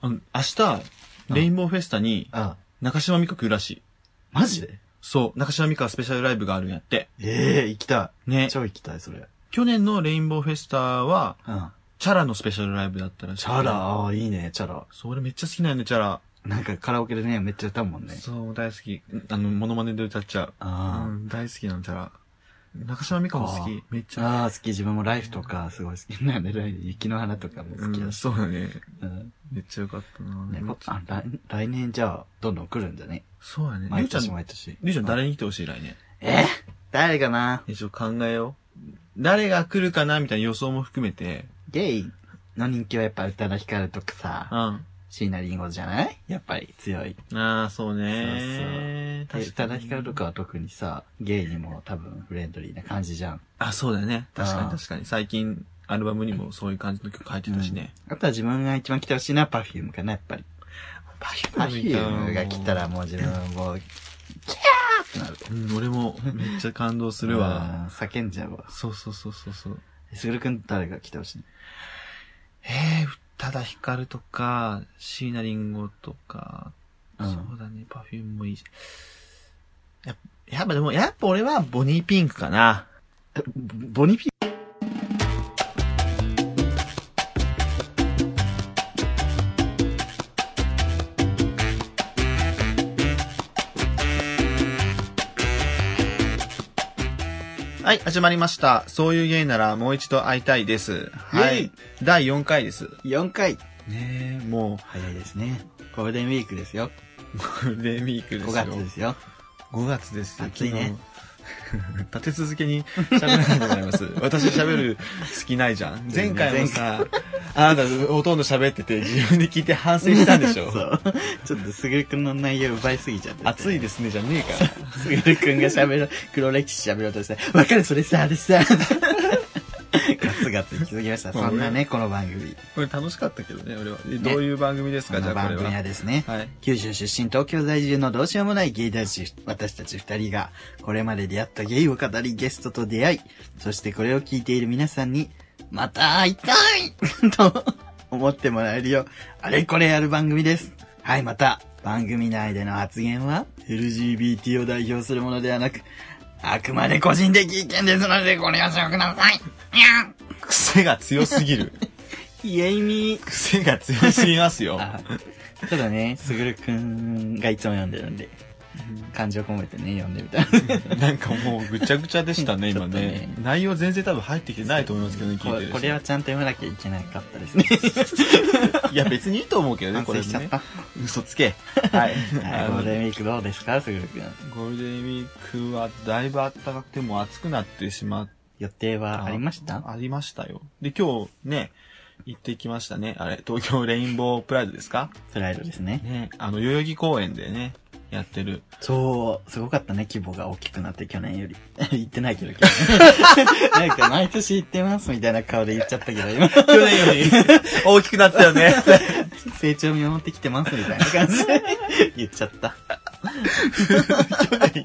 あの明日、レインボーフェスタにあ中島美香来るらしい。マジでそう、中島美香スペシャルライブがあるんやって。ええ行きたい。ね。超行きたい、それ。去年のレインボーフェスタは、うん。チャラのスペシャルライブだったらしい。チャラ、ああ、いいね、チャラ。そう、俺めっちゃ好きなんよね、チャラ。なんかカラオケでね、めっちゃ歌うもんね。そう、大好き。あの、モノマネで歌っちゃう。うあん、大好きなの、チャラ。中島美香も好き。めっちあ。ゃ。ああ、好き。自分もライフとか、すごい好きなんで、ライフ、雪の花とかも好きうだん、し。そうだね。うん。めっちゃよかったな、めね、っこちゃあ来来年じゃあ、どんどん来るんだね。そうやね。りゅ毎うちゃん、年り毎年。ゅうちゃん誰に来てほしい来年。え誰かな一応考えよう。誰が来るかなみたいな予想も含めて。ゲイの人気はやっぱ宇多田ヒカルとかさ、うん。椎名林檎じゃないやっぱり強い。ああ、そうね。で宇多田確ヒかカに。ルとかは特にさ、ゲイにも多分フレンドリーな感じじゃん。あ、そうだよね。確かあにー確かに。最近、アルバムにもそういう感じの曲書いてたしね。あとは自分が一番来てほしいのはパフュームかな、やっぱり。パフパフュームが来た。らもう自分はもう、キャーってなる。うん、俺もめっちゃ感動するわ。うん。叫んじゃうわ。 そうそうそうそうそう。すぐるくん誰が来てほしいええ、宇多田ヒカルとか、椎名林檎とか、うそんうだね、パフュームもいいし。やっぱやっぱでも、やっぱ俺はボニーピンクかな。ボニフィはい、始まりました。そういうゲイならもう一度会いたいです。はイェいイ。第4回です。 4回ねえ、も早いですね。ゴールデンウィークですよ。う、 ゴールデンウィークですよ。 5月ですよ。 5月ですよ。暑いね昨日。立 て続けに喋らないでござい ます。私喋る好きないじゃん。前回もさ、あなたほとんど喋ってて自分で聞いて反省したんでしょ そう。ちょっとすぐるくんの内容奪いすぎちゃって。暑いですねじゃねえから。すぐるくんが喋ろう、黒歴史喋ろうとして、わかるそれさ、あれさ。ガ ツガツ行きすぎました。そんなね、この番組。 これ楽しかったけどね、俺は。えどういう番組ですこか、じゃのあこれ番組はは。ですね、はい。九州出身東京在住のどうしようもないゲイ男子、私たち二人が、これまで出会ったゲイを語りゲストと出会い、そしてこれを聞いている皆さんに、また会いたいと思ってもらえるよう、あれこれやる番組です。はい、また、番組内での発言は、LGBT を代表するものではなく、あくまで個人的意見ですので、ご了承ください。にゃん癖が強すぎ る。イエイミー。癖が強すぎますよ。あ ただね、すぐるくんがいつも読んでるんで、感情込めてね、読んでみたい なんかもうぐちゃ ぐちゃでしたね、今ちょっとねね。内容全然多分入ってきてないと思いますけどね、聞こいてる人これはちゃんと読まなきゃいけなかった ですね。いや、別にいいと思うけどね、反こ省れしちゃっねた。。嘘つけ。 はい。はいゴールデンウィークどうですか、すぐるくん。ゴールデンウィークはだいぶ暖かくても暑くなってしまっ予定はた。ありましたありましたよ。で、今日ね、行ってきましたね。あれ、東京レインボープライドですかプライドですね。ね、あの、代々木公園でね、やってる。そう、すごかったね、規模が大きくなって、去年より。 言ってないけど、去年 なんか、毎年行ってます、みたいな顔で言っちゃったけど、今、去年より 大きくなったよね。成長見守ってきてます、みたいな 感じで言っちゃった。言って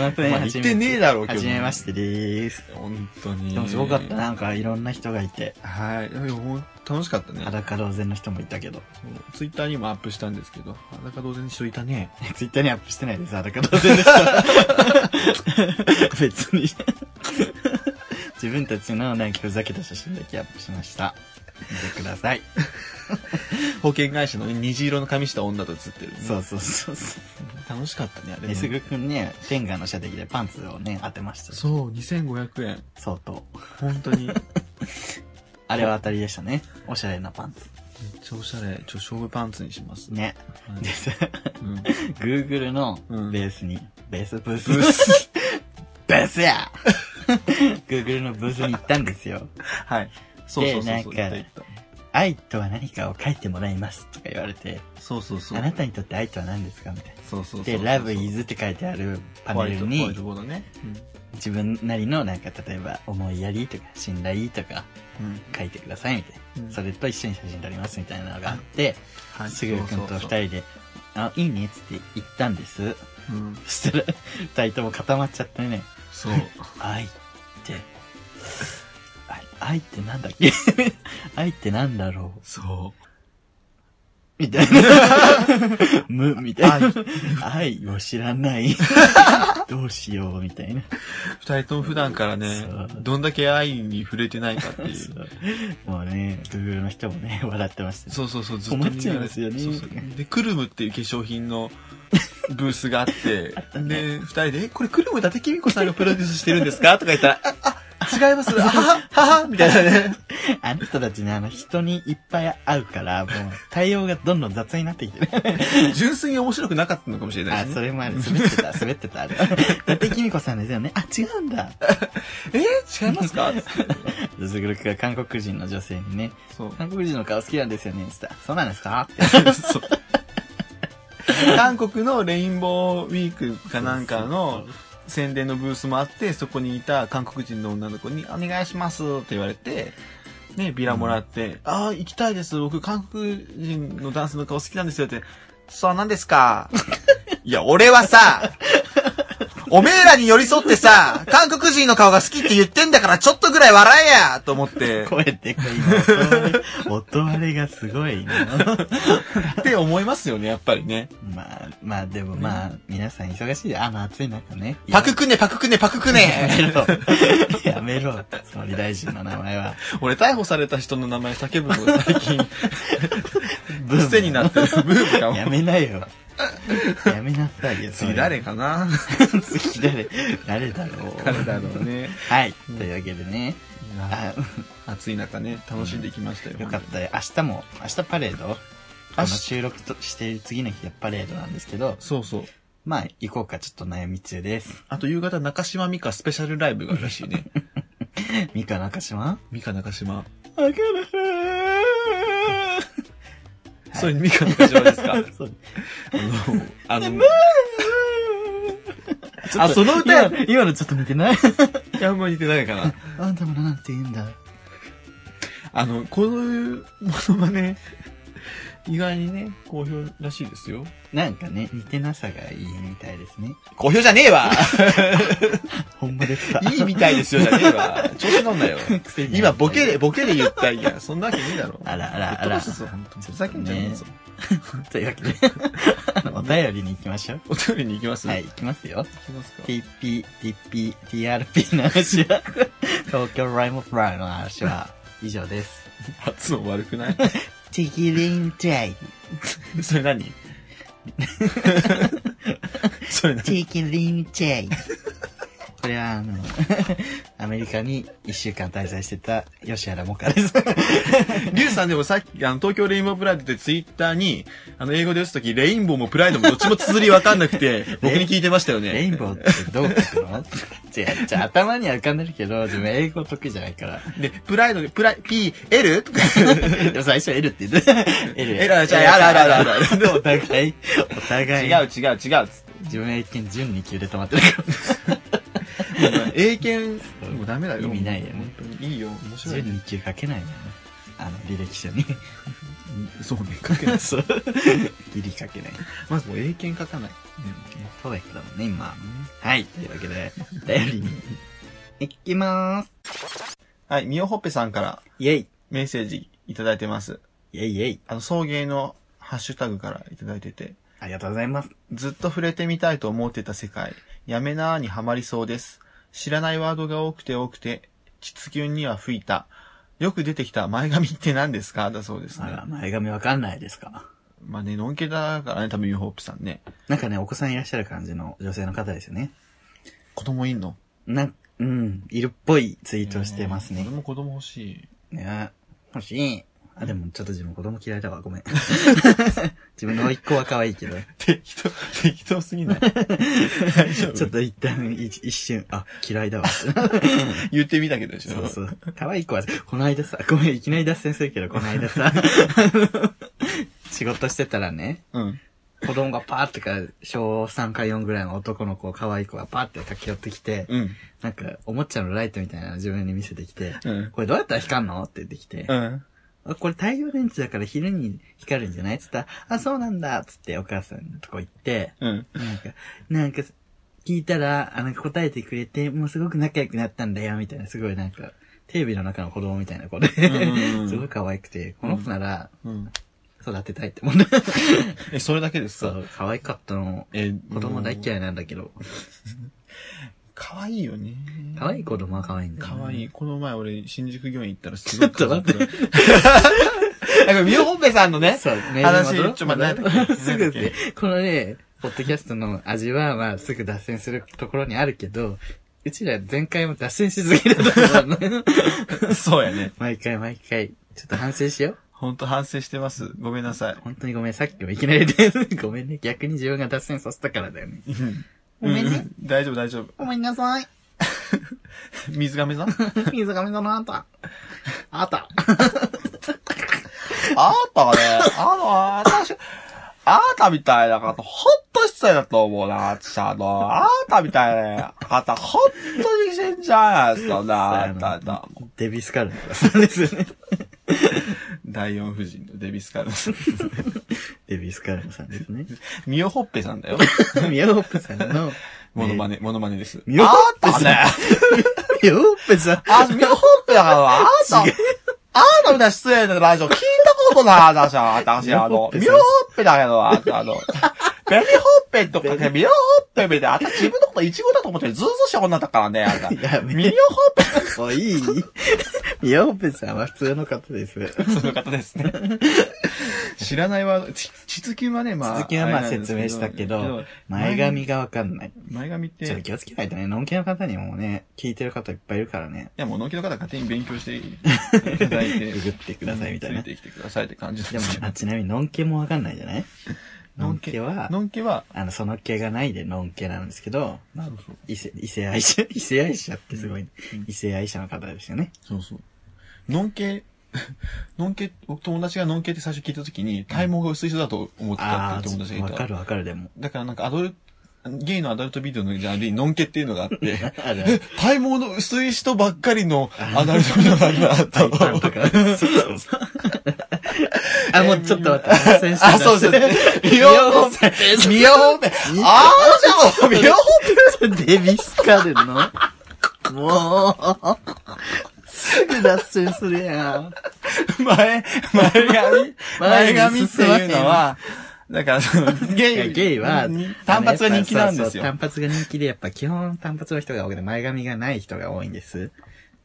ません、まあ言ってねえだろうけど初めましてでーす。 本当に。でもすごかった、。なんかいろんな人がいて、はい。でもほん楽しかったね。裸同然の人もいたけど、 ツイッターにもアップしたんですけど、裸同然に人いたね。ツイッターにアップしてないです、裸 同然でした。別に。 自分たちのなんかふざけた写真だけアップしました。見てください。保険会社の虹色の髪した女と写ってる、ね。そうそうそうそう。楽しかったね、あれえね。すぐくんね、テンガの射的でパンツをね、当てました。そう、2500円。相当。本当 に。めっあれは当たりでしたね。おしゃれなパンツ。ちゃおしゃれ。ちょ、勝負パンツにします。ね。はいでさ、うん、 Google のうんベースに、ベースブ ース。ブースや !Google のブースに行ったんですよ。はい。そうそうそうそう。でなんかいったいっ愛とは何かを書いてもらいますとか言われて、たそうそうそう。あなたにとって愛とは何ですかみたいな。そうそうそうで、Love is って書いてあるホワイトパネルホワイトに、ボードね。自分なりのなんか例えば思いやりとか信頼とかうん。うん書いてくださいみたいうんな。それと一緒に写真撮りますみたいなのがあって、はいすぐるくんと二。人で、あ、いいねっつって行ったんです。そしたら、二人とも固まっちゃってね。そうそうそううん。愛って、 あ愛ってなんだっけ愛ってなんだろう そう。そみたいな。 無、みたいな。愛を知らない。 どうしよう、みたいな。二人とも普段からねそう、どんだけ愛に触れてないかってい。そううもうね、ドゥールの人もね、 笑ってましたね。そうそうそう、ずっと見られ困っちゃいますよねそうそうで、クルムっていう化粧品 のブースがあって、で、二人で、えこれクルム伊達公子さんがプロデュースしてるんですかとか言ったら、あ、あ、違います、 あは、はは、みたいなね。あの人たちね、あの人にいっぱい会うから、もう対応がどんどん雑になってきてる。純粋に面白くなかったのかもしれないあ、ですそね。れもある。滑ってた、滑ってた、あれ。伊達公子さんですよね。あ、違うんだ。えー違いますか つってズグルクが韓国人の女性にね、そう。 韓国人の顔好きなんですよね、つったらそうなんですかってそう韓国のレインボーウィークかなんかの宣伝のブースもあって、そこにいた韓国人の女の子に、お願いしますって言われて、ね、ビラもらって、ああ、行きたいです。僕、韓国人のダンスの顔好きなんですよって、そうなんですか。 いや、俺はさ、おめえらに寄り添ってさ、韓国人の顔が好きって言ってんだから、ちょっとぐらい笑えやと思って、 声でかいな。 音割れがすごいな。って思いますよね、やっぱりね。まあ、まあでもまあ、皆さん忙しいで、あ、まあ暑い中ね。パククネ、パククネ、パククネやめろ。 やめろ。総理大臣の名前は。 俺逮捕された人の名前叫ぶのが最近ブ癖になってるブームかやもめなよ。やめなさいよ。 次誰かなそれ 次誰誰だろう。誰だろうねはい。というわけでね。いや あ暑い中ね楽しんできましたよよかったよ。明日も、明日パレードあの収録としてる次の日がパレードなんですけど、そうそうまあ、行こうか、ちょっと悩み中 です。あと夕方中島美香スペシャルライブがあるらしい ねミカ中島美香中島あかそれ美香中島 ですか そうあのあのあ、あそそのの歌歌今今のちょっと見てない いやあんま似てないかなあんたもなんて言うんだ。あのこういうものがね意外にね好評らしいですよなんかね、似てなさがいいみたいですね。好評じゃねえわほんまです か いいみたいですよ、じゃねえわ。調子乗んなよ。癖にな今、るボケで、ボケで言ったんや。そんなわけねえだろ。あらあらあぶっ飛らばすぞ、本当にふざけんじゃねえぞ。というわけで、 お便りに行きましょう。お便りに行きますはい、行きますよ。行きますか。 TP、TP、TRP の話は、東京ライムフライの話は、以上です。発音悪くないティキリンテ イ。それ何 それ何ティキリンテイ。これは、あの、 アメリカに一週間滞在してた吉原萌歌です。リュウさんでもさっき、あの、東京レインボープライドってツイッターに、あの、英語で打つとき、レインボーもプライドもどっちも綴りわかんなくて、 僕に聞いてましたよね。レインボーってどう書くの違う、違う、頭には浮かんでるけど、自分英語得意じゃない から。で、プライドで、プライ、P、L? とか、でも最初 L って言って。L。 L あじゃああるあるあるあるでもお互い、お互い。違う違う違うっつって。自分は一見準2級で止まってるから。もう英検、もうダメだよ。意味ないよね本当にいいよ、面白い準ね。 2級書けないのよね。あの、履歴書に。そうね、書けない。そう。ギリ書けない。まずもう英検書かない。ねそうだけどもね、今。はい。というわけで、頼りに。いきまーす。はい、みおほっぺさんからイェイ。メッセージいただいてます。イェイイェイ。あの、送迎のハッシュタグからいただいてて、ありがとうございます。ずっと触れてみたいと思ってた世界、やめなーにはまりそうです。知らないワードが多くて多くて、実キュンには吹いた。よく出てきた前髪って何ですかだそうですあねら、。前髪わかんないですかまあね、のんけだからね、多分みおほっぺさんね。なんかね、お子さんいらっしゃる感じの女性の方ですよね。子供いんのなん、うん、いるっぽいツイートをしてますね俺。も子供欲しい。ね欲しい。あ、でもちょっと自分子供嫌いだわ、ごめん。自分の甥っ子は可愛いけど、適当、 適当すぎ ない大丈夫ちょっと一旦一一瞬、あ、嫌いだわ。そ言ってみたけどでしょ。うそう。可愛い子は、この間さ、ごめん、いきなり脱線するけど、この間さ、 仕事してたらね、うん。子供がパーってか、小3か4ぐらいの男の子、可愛い子がパーって駆け寄ってきて、うん。なんか、おもちゃのライトみたいなの自分に見せてきて、うんこれどうやったら光んのって言ってきて、うん。あ、これ太陽レンズだから昼に光るんじゃないつったら、あ、そうなんだつってお母さんのとこ行って、うん。なんか、なんか、聞いたら、あ、なんか答えてくれて、もうすごく仲良くなったんだよ、みたいな、すごいなんか、テレビの中の子供みたいな子でんうんう、んすごい可愛くて、この子なら、うん。育てたいって思 う。え、それだけですそかう、可愛かったの。え、子供大い。嫌いなんだけど。可愛いよね。可愛い子供は可愛いんだよね可愛い。この前俺、新宿御苑行ったらすちごいょっと可愛待くなっい。 なんか、ミオホッペさんの ね、そう、ね話、ちょっと待ってまだ すぐ何だで、このね、ポッドキャストの味は、まあ、すぐ脱線するところにあるけど、うちら前回も脱線しすぎだと 思うの。そうやね。毎回毎回。ちょっと反省しよう。ほんと反省してます。ごめんなさい。本当にごめん、さっきもいきなりで、 ごめんね。逆に自分が脱線させたからだよね。ごめんね。う大丈夫、大丈夫。ごめんな さい。水亀 さん水がめだな、あんた。あんた。あなたね、あの、私、あなたみたいな方、ほんと失礼だと思うな、私、あの、あなたみたいな方、ほんとに死んじゃないですよね、あなただ。デビスカルンとかそうですよ ね。第四夫人のデビスカルス。デビスカルンさんですね。ミオホッペさんだよ。ミヤホップさんの、モノマネ。ネ、モノマネです。ミオホッペさんあなたね。ミヤホップさん。あ、ミオホッペだから、あなた、あなたみたいな失礼なラジオ聞いたことない話は、私、あの、ミオホッペだけど、あの、 あの、ベニホッペとか、ミオホッペみたいな、あた自分のことイチゴだと思ってる、ずうずうしい女だからね、あなた。ミやオめホッペもういいミヤホップさんは普通の方です。その方ですね。 知らないワード、ち地図級はね、まあ。続きはまあれなんです説明したけど、前前髪髪、がわかんない。前髪っちょってと、気をつけないとね、のんけの方にもね、聞いてる方いっぱいいるからね、いや、もう、のんきの方は勝手に勉強 していただいてグ、グってくださいみたいなつ。いてきてくださいって感じででもすけ、ど。あちなみに、のんけもわかんないじゃないのんけは、のんきは、あの、その気がないでのんけなんですけど、なるほど。異性、異性愛者、 異性愛者ってすごい、ね異性愛者の方ですよね。そうそう。のんけ、 のんけ、僕友達がのんけって最初聞いたときに、体毛が薄い人だと思ってたあっていう友達あ、がわいかた。るわかるでも。だからなんかアドル、ゲイのアダルトビデオのジャンルにのんけっていうのがあって、あ るえ、体毛の薄い人ばっかりのアダルトビデオなんだ と思とって。か。そうそうそう。あ、もうちょっと待って、脱線してあ、そうですね。美容方面。美容方面。あー、じゃあ、美容方面。デビスカルのもう、すぐ脱線するやん。 前、前髪、前髪前髪っていうのは、だからその、いゲやイ、ゲイは、単発が人気なんでそうすそうよ。単発が人気で、やっぱ基本単発の人が多くて、前髪がない人が多いんです。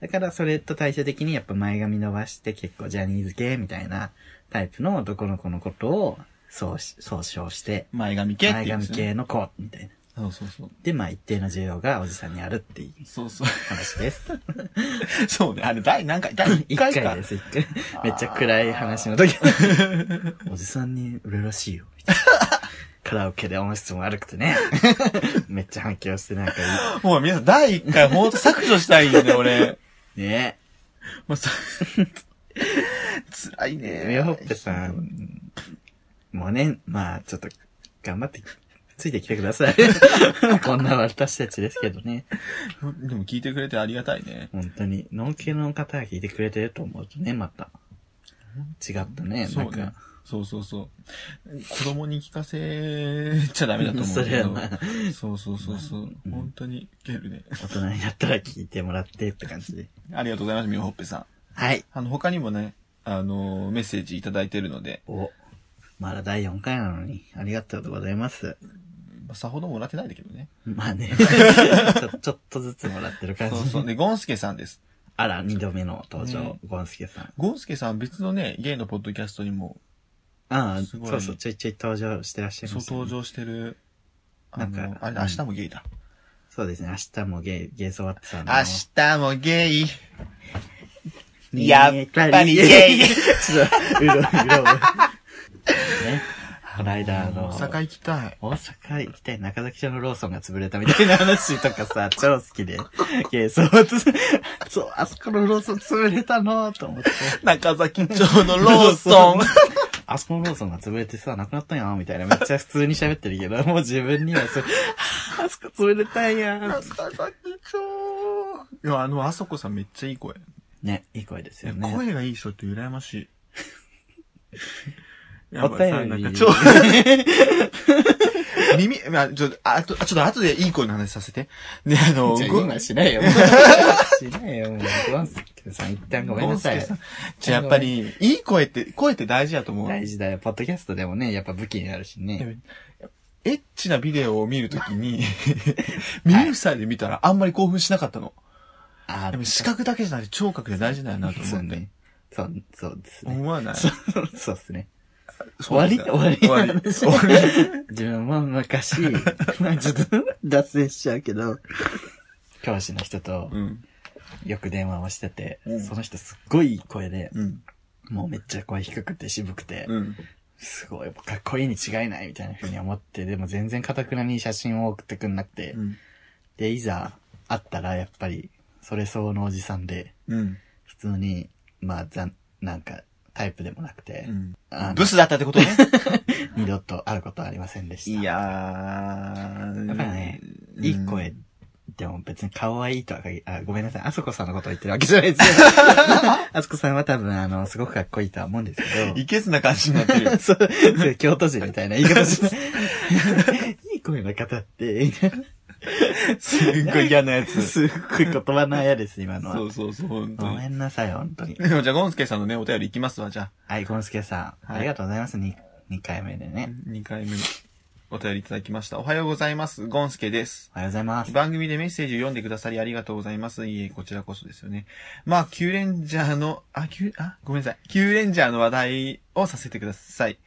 だからそれと対照的に、やっぱ前髪伸ばして結構ジャニーズ系みたいなタイプの男の子のことを総し総称して、前髪系って前言うんで髪すよね。系の子みたいな。そうそうそう。で、まあ一定の需要がおじさんにあるっていうそうそう。話です。そうね。あれ、第何回第1 一回回か。です、一回。めっちゃ暗い話の時。 おじさんに売れるらしいよ。みたいな カラオケで音質も悪くてね。 めっちゃ反響してなんかいもう皆さん、第1回、ほんと削除したいよね、俺。 い。ねまあ、そ辛いねえ。。ミヤホッペさん、もうね、まあちょっと、頑張って、ついてきてくだ さい。こんな私たちですけどね。でも聞いてくれてありがたいね。本当に、ノン系の方が聞いてくれてると思うとね、また。違ったね、なそんうねか。。そうそうそう。子供に聞かせちゃダメだと思うけ そどれはま。そうそうそうそう。うん本当にウケるね。大人になったら聞いてもらってって感じで。ありがとうございます、ミオホッペさん。はい。あの、他にもね、あの、メッセージいただいてるので、お、まだ第4回なのに、ありがとうございます。まあさほどもらってないんだけどね。ま あね、ちょちょっとずつもらってる感じ。そうそう。で、ゴンスケさんです。あら、2度目の登場ね、ゴンスケさん。ゴンスケさん別のね、ゲイのポッドキャストにも、ああ、すごいそうそう、ちょいちょい登場してらっしゃいそうます、登。場してる、あの、なんかあれ、うん明日もゲイだ。そうですね、明日もゲイ、ゲイソワットさんの。日もゲイ。ねやっぱりゲイちょっと、う ろうろ。ね。この間、あの、大阪行きたい。大阪行きたい中崎町のローソンが潰れたみたいな話とかさ、 超好きで。ゲイソワットさん、そう、あそこのローソン潰れたのと思って。中崎町のローソン。 あそこのローソンが潰れてさ、なくなったんやみたいな。めっちゃ普通に喋ってるけど、もう 自分にはそれ、あーあそこ潰れたんや 中崎町。いや、あの、あそこさんめっちゃいい声。ね、いい声ですよね。声がいい人って羨ま しい。お便りなんか超、 耳、まあ、ちょっと、あと、あちょっと後でいい声の話させて。で、あの、じゃあご今しないよ。しないよ、もう。ゴンスケさん、一旦ごめんなさゴンいスケ。んじゃあやっぱり、いい声って、声って大事だと思う。大事だよ。ポッドキャストでもね、やっぱ武器になるしね。エッチなビデオを見るとき に、耳塞いで見たらあんまり興奮しなかったの。あでも視覚だけじゃなくて聴覚で大事だよなと思そうって。ね。そう、そうですね。思わないそう、 そうですね。終終わり終終わわりり。終わり。 自分 も昔、まあちょっと脱線しちゃうけど、教師の人とうん。よく電話をしてて、うんその人すっごいいい声で、うん。もうめっちゃ声低くて渋くて、うん。すごいかっこいいに違いないみたいな風に思って、でも全然かたくなに写真を送ってくんなくて、うん。で、いざ会ったらやっぱり、それ相応のおじさんで、うん。普通に、まあ、ざん、なんか、タイプでもなくて、あのブスだったってことね。二度と会うことはありませんでした。いやー。やっぱりね、うんいい声。でも別に顔はいいとは限り、あ、ごめんなさい。あそこさんのことを言ってるわけじゃな いですよ。あそこさんは多分、あの、すごくかっこいいとは思うんですけいけずな感じになって るど。。そう、そう京都人みたいな言い 方しない。いい声の方って、すっごい嫌なやつ。すっごい言葉のあやです、今のはそ。うそうそう、本当ごに。めんなさい、本当に。でもじゃあ、ゴンスケさんのね、お便りいきますわ、じゃはい、ゴンスケさん、はいありがとうございます、2, 二回目であ。ね。 2回目のお便りいただきました。おはようございます。ゴンスケです。おはようございます。番組でメッセージを読んでくださりありがとうございます。いえ、こちらこそですよね。まあ、キューレンジャーの、あ、キュー、あ、ごめんなさい。キューレンジャーの話題をさせてください。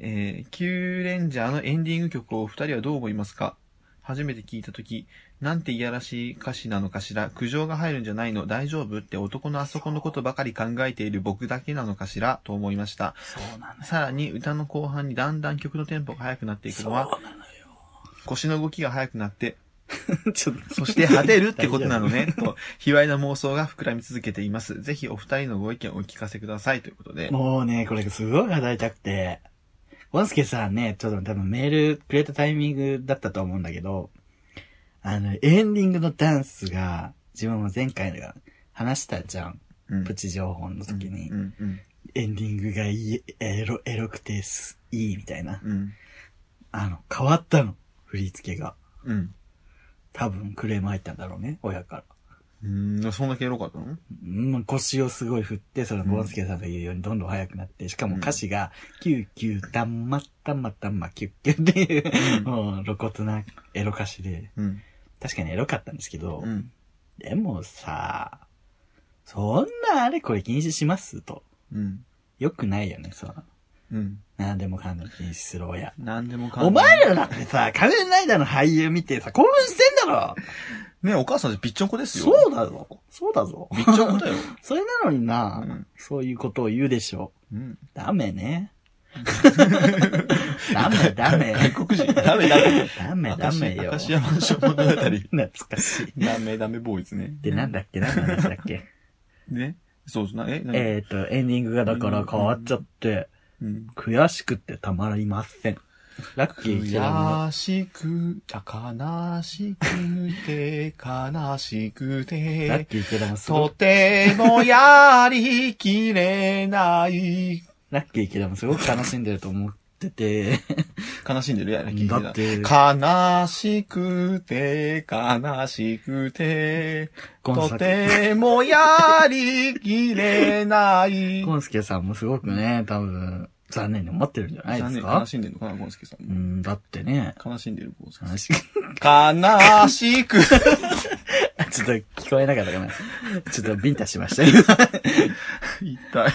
えー、キューレンジャーのエンディング曲をお二人はどう思いますか初めて聞いたとき、なんていやらしい歌詞なのかしら苦情が入るんじゃないの大丈夫って男のあそこのことばかり考えている僕だけなのかしらと思いました。そうなんだ。さらに歌の後半にだんだん曲のテンポが速くなっていくそうのな のは、腰の動きが速くなって、よ。ちょっと、そして果てるってこと なのね、と、卑猥な妄想が膨らみ続けています。ぜひお二人のご意見をお聞かせくださいということで。もうね、これすごい話いたくて、ゴンスケさんね、ちょっと多分メールくれたタイミングだったと思うんだけど、あの、エンディングのダンスが、自分も前回が話したじゃん。うんプチ情報の時にう、ん、うん、エンディングがいい、エロ、エロくてすいいみたいな。うん、あの、変わったの。振り付けが。うん。多分クレーム入ったんだろうね、親から。うん、そんだけエロかったのうん腰をすごい振って、そのゴンスケさんが言うようにどんどん速くなって、しかも歌詞が、キューキュー、たんまたんまたんま、キュッキュッっていう、うんもう露骨なエロ歌詞で、うん、確かにエロかったんですけど、うん、でもさ、そんなあれこれ禁止しますと。うん、よくないよね、そう。うん。なんでもかんでも禁止する親。なんでもかんでもお前らだってさ、仮面ライダーの俳優見てさ、興奮してんだろねお母さんってびっちょんこですよ。そうだぞ。そうだぞ。びっちょん こだよ。それなのにな、うんそういうことを言うでしょう。うん。ダ メね。ダメ、ダメ。 外国人。ダメダメ。ダメ、ダメよ。私はマンション物語。懐かしい。っダメダメボーイズね。てなんだっけ何の話だっけね。そうそうな、え、なにえっと、エンディングがだから変わっちゃって、うん。悔しくてたまりません。ラッキー一覧の悔しく、あ、悲しくて、悲しくラッて、キー池田もすごとく、てもやりきれない。ラッキー池田もすごく悲しんでると思っ てて、悲しんでるやな、聞いだっててた。悲しくて、悲しくて、今と作、てもやりきれない。ゴンスケさんもすごくね、多分、残念に思ってるんじゃないで残す念か悲しんでるのかな、ゴンスケさんう。ん、だってね、悲しんでる、ゴンスケさん。話が悲し く。あ ちょっと聞こえなかったかな。ちょっとビンタしました今。痛い。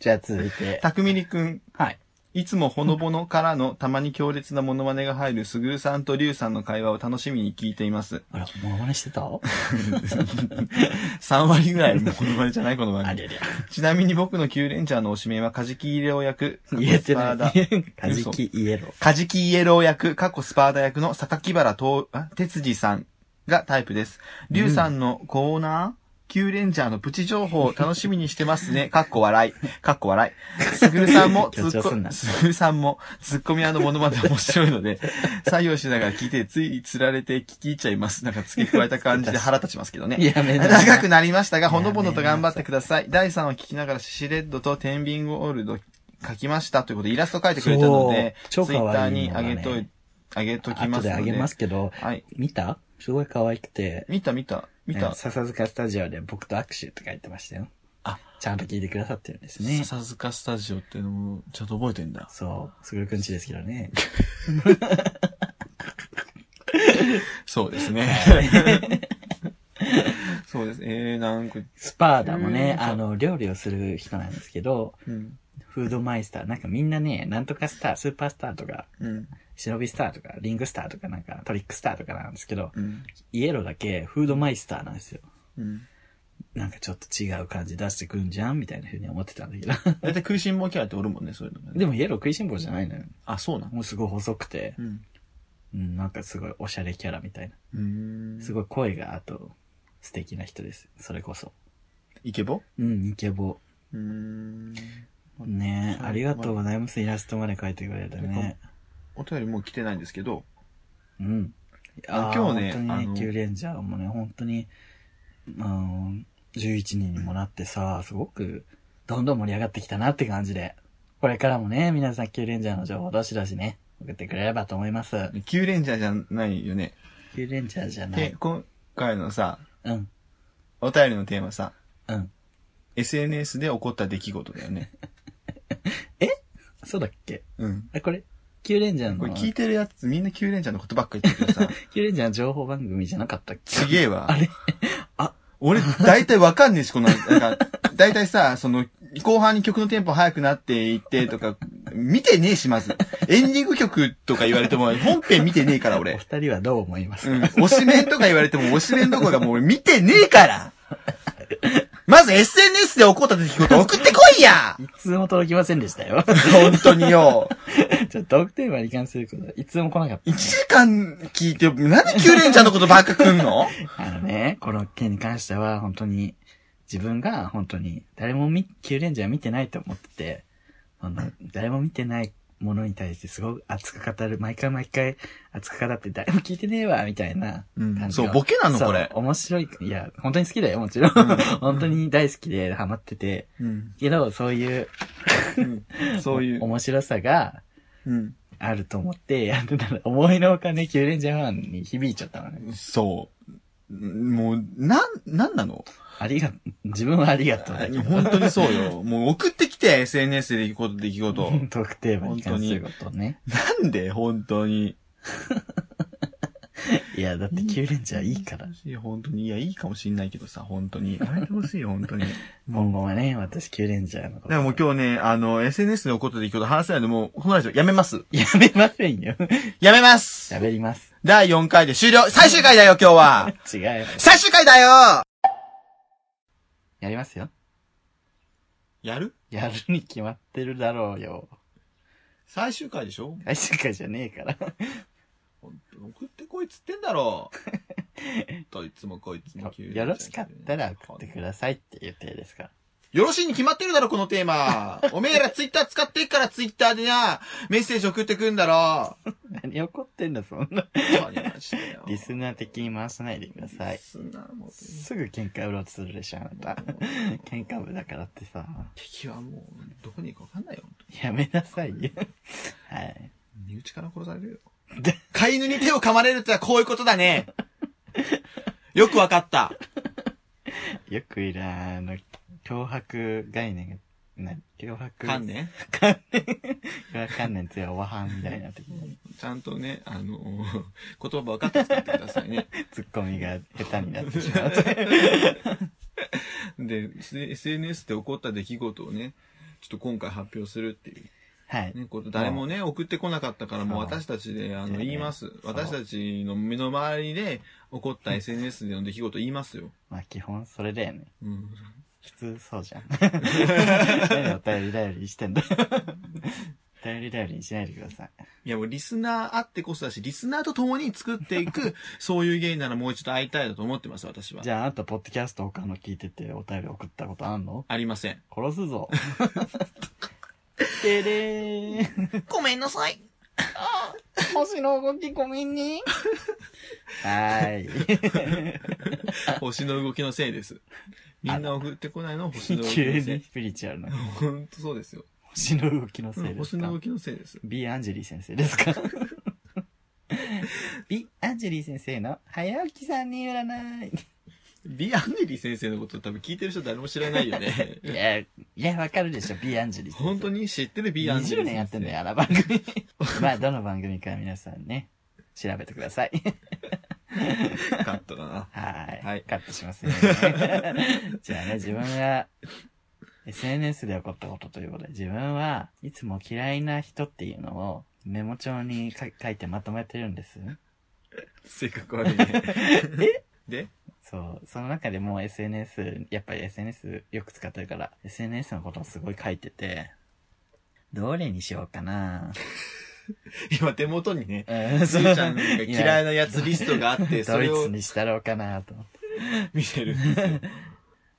じゃあ続いて。たくみりくん。はい。いつもほのぼのからのたまに強烈なモノマネが入るすぐるさんとりゅうさんの会話を楽しみに聞いています。あら、モノマネしてた3割ぐらいモノマネじゃないこの番組。ゃりちなみに僕のキューレンジャーのおしめはカジキイエロー役、過去 言えスてパなーダ。い。 カジキイエロー。カジキイエロー役、過去スパーダ役の榊原とあ哲司さんがタイプです。りゅうさんのコーナー、キューレンジャーのプチ情報を楽しみにしてます ね。かっこ笑い。かっこ笑い。すぐるさんも、強調すんなすぐるさんも、ツッコミのものまで面白いの で、作業しながら聞いて、ついつられて聞き入っちゃいます。なんか付け加えた感じで腹立ちますけどね。や め長くなりましたが、ほのぼのと頑張ってください。第3話聞きながら、シシレッドとテンビンゴールド書きましたということで、イラスト書いてくれたので、そう超ツイッ可ター愛いにのがあねげといあげときますの後で。であげますけど、はい。見たすごい可愛くて、見た見た、見えーた。笹塚スタジオで僕と握手とか言ってましたよ。あ、ちゃんと聞いてくださってるんですね。笹塚スタジオっていうのも、ちゃんと覚えてんだ。そう、すぐるくんちですけどね。そうですね。 そうです。えー、なんか、スパーダもねう、んあの、料理をする人なんですけど、うん、フードマイスター、なんかみんなね、なんとかスター、スーパースターとか、うん、忍びスターとか、リングスターとかなんか、トリックスターとかなんですけど、うん、イエローだけフードマイスターなんですよ。うん。なんかちょっと違う感じ出してくんじゃんみたいな風に思ってたんだ けど。だいたい食いしん坊キャラっておるもんね、そういうのがね。でもイエロー食いしん坊じゃないのよ。あ、そうなのもうすごい細くてう、ん。うん、なんかすごいおしゃれキャラみたいな。うーん。すい。ごい声が、あと、素敵な人です。それこそ。イケボうん、イケボ。うーん。ねえ、はいありがとうございます。イラストまで描いてくれてね。お便りもう来てないんですけど、うん。あー今日ね本当あにのね、キュレンジャーもね、本当に、うん、11人にもなってさ、すごく、どんどん盛り上がってきたなって感じで。これからもね、皆さんキュレンジャーの情報どしどしね、送ってくれればと思います。キューレンジャーじゃないよね。キュレンジャーじゃなでい、。今回のさ、うん、お便りのテーマさ、うん。 SNS で起こった出来事だよね。そうだっけうん。あ、これ、キュレンジャーこの、れ聞いてるやつみんなキューレンジャーのことばっか言ってるけ どさ、キュレンジャーの情報番組じゃなかったっけすげえわ。あれ俺、大体わかんねえし、この、なんか、大体さ、その、後半に曲のテンポ速くなっていってとか、見てねえし、まず。エンディング曲とか言われても、本編見てねえから、お俺。二人はどう思いますうか、ん。推しメンとか言われても、推しメンどころかもう俺見てねえからまず SNS で起こった出来事送ってこいやいつも届きませんでしたよ。 本当によ。ちょっとトークテーマに関すること、いつも来なかっ1時間聞いて、なんでキューレンジャーのことばっかくんのた。あのね、この件に関しては、本当に、自分が本当に、誰もみ、キューレンジャー見てないと思ってて、その誰も見てないものに対してすごく熱く語る、毎回毎回熱く語って、誰も聞いてねえわ、みたいなうん感じそが、うボケなのこれそう面白い。いや、本当に好きだよ、もちろん。本当に大好きでハマってて。うん。けど、そういう、そういう。面白さが、うん。あると思ってやってたら、思いのほかね、キューレンジャーファンに響いちゃったのね。そう。もう、なん、なんなのありが、自分はありがとうだけど。本当にそうよ。もう送ってきて、SNS で出来事、出来事。 トークテーマに関することね。なんで、本当に。いや、だってキューレンジャーいいから。本当に。いや、いいかもしんないけどさ、本当に。やめてほしいよ、本当に。だか今後はね、私キューレンジャーのこと。らもう今日ね、あの、SNS のことで今日話せないので、もう、このラジオやめます。やめませんよ。やめます 喋ります。第4回で終了最終回だよ、今日は 違うよ。最終回だよやりますよ。やるやるに決まってるだろうよ。最終回でしょ最終回じゃねえから。送ってこいっつってんだろどいつもこいつも急によろしかったら送ってくださいっていう手ですから。よろしいに決まってるだろ、このテー マ。おめえらツイッター使ってっからツイッターでな、メッセージ送ってくんだ ろ。何怒ってんだ、そんな。リスナー的に回さないでくださいリ。スナーもすぐ喧嘩売ろうとするでしょ、あなた。 喧嘩部だからってさ、敵はもう、どこに行くかわかんないよ。やめなさいよ。はい。身内から殺されるよで。飼い犬に手を噛まれるってのはこういうことだね。よくわかった。よくいら、あの、脅迫概念が、な、脅迫。観。念脅迫観念強いおばはんみたいな時 に、ちゃんとね、あの言葉分かって使ってくださいね。ツッコミが下手になってしまうと。で、S- SNS で起こった出来事をね、ちょっと今回発表するっていう。はい。ね、こと誰もね、送ってこなかったから、もうそう私たちで、あそうの、言います。私たちの身の回りで起こった SNS での出来事言いますよ。まあ基本それだよね。うん。普通そうじゃん。何お便り頼りにしてんだ。頼り頼りにしないでください。いや、もうリスナーあってこそだし、リスナーと共に作ってい く、そういう芸人ならもう一度会いたいだと思ってます、私は。じゃああなた、ポッドキャスト他の聞いててお便り送ったことあんのありません。殺すぞ。てれー。ごめんなさい。星の動きごめんね。 はーい。 星の動きのせいです。みんな送ってこないのは星の動き急のにせい。スピリチュアルな。ほんとそうですよ。星の動きのせういんです星か、の動きのせいです。 ?B アンジェリー先生ですか ビ・アンジェリー先生の早起きさんに占い。ビアンネリー先生のこと多分聞いてる人誰も知らないよ ねい。や、いや、わかるでしょ、ビ・アンジェリー先生。本当に知ってるビアンネリー20年やってんだよ、あの番組。 まあ、どの番組か皆さんね、調べてください。カットだな。はい。はいカットしますね。 じゃあね、自分が、SNS で起こったことということで、自分はいつも嫌いな人っていうのをメモ帳にか書いてまとめてるんです。性格悪いね。 えでそう。その中でもう SNS、やっぱり SNS よく使ってるから、SNS のことをすごい書いてて、どれにしようかな今手元にね、うんスそうーちゃんが嫌いなやつリストがあって、そ ドイれをツにしたろうかなと思って。見てるんですよ。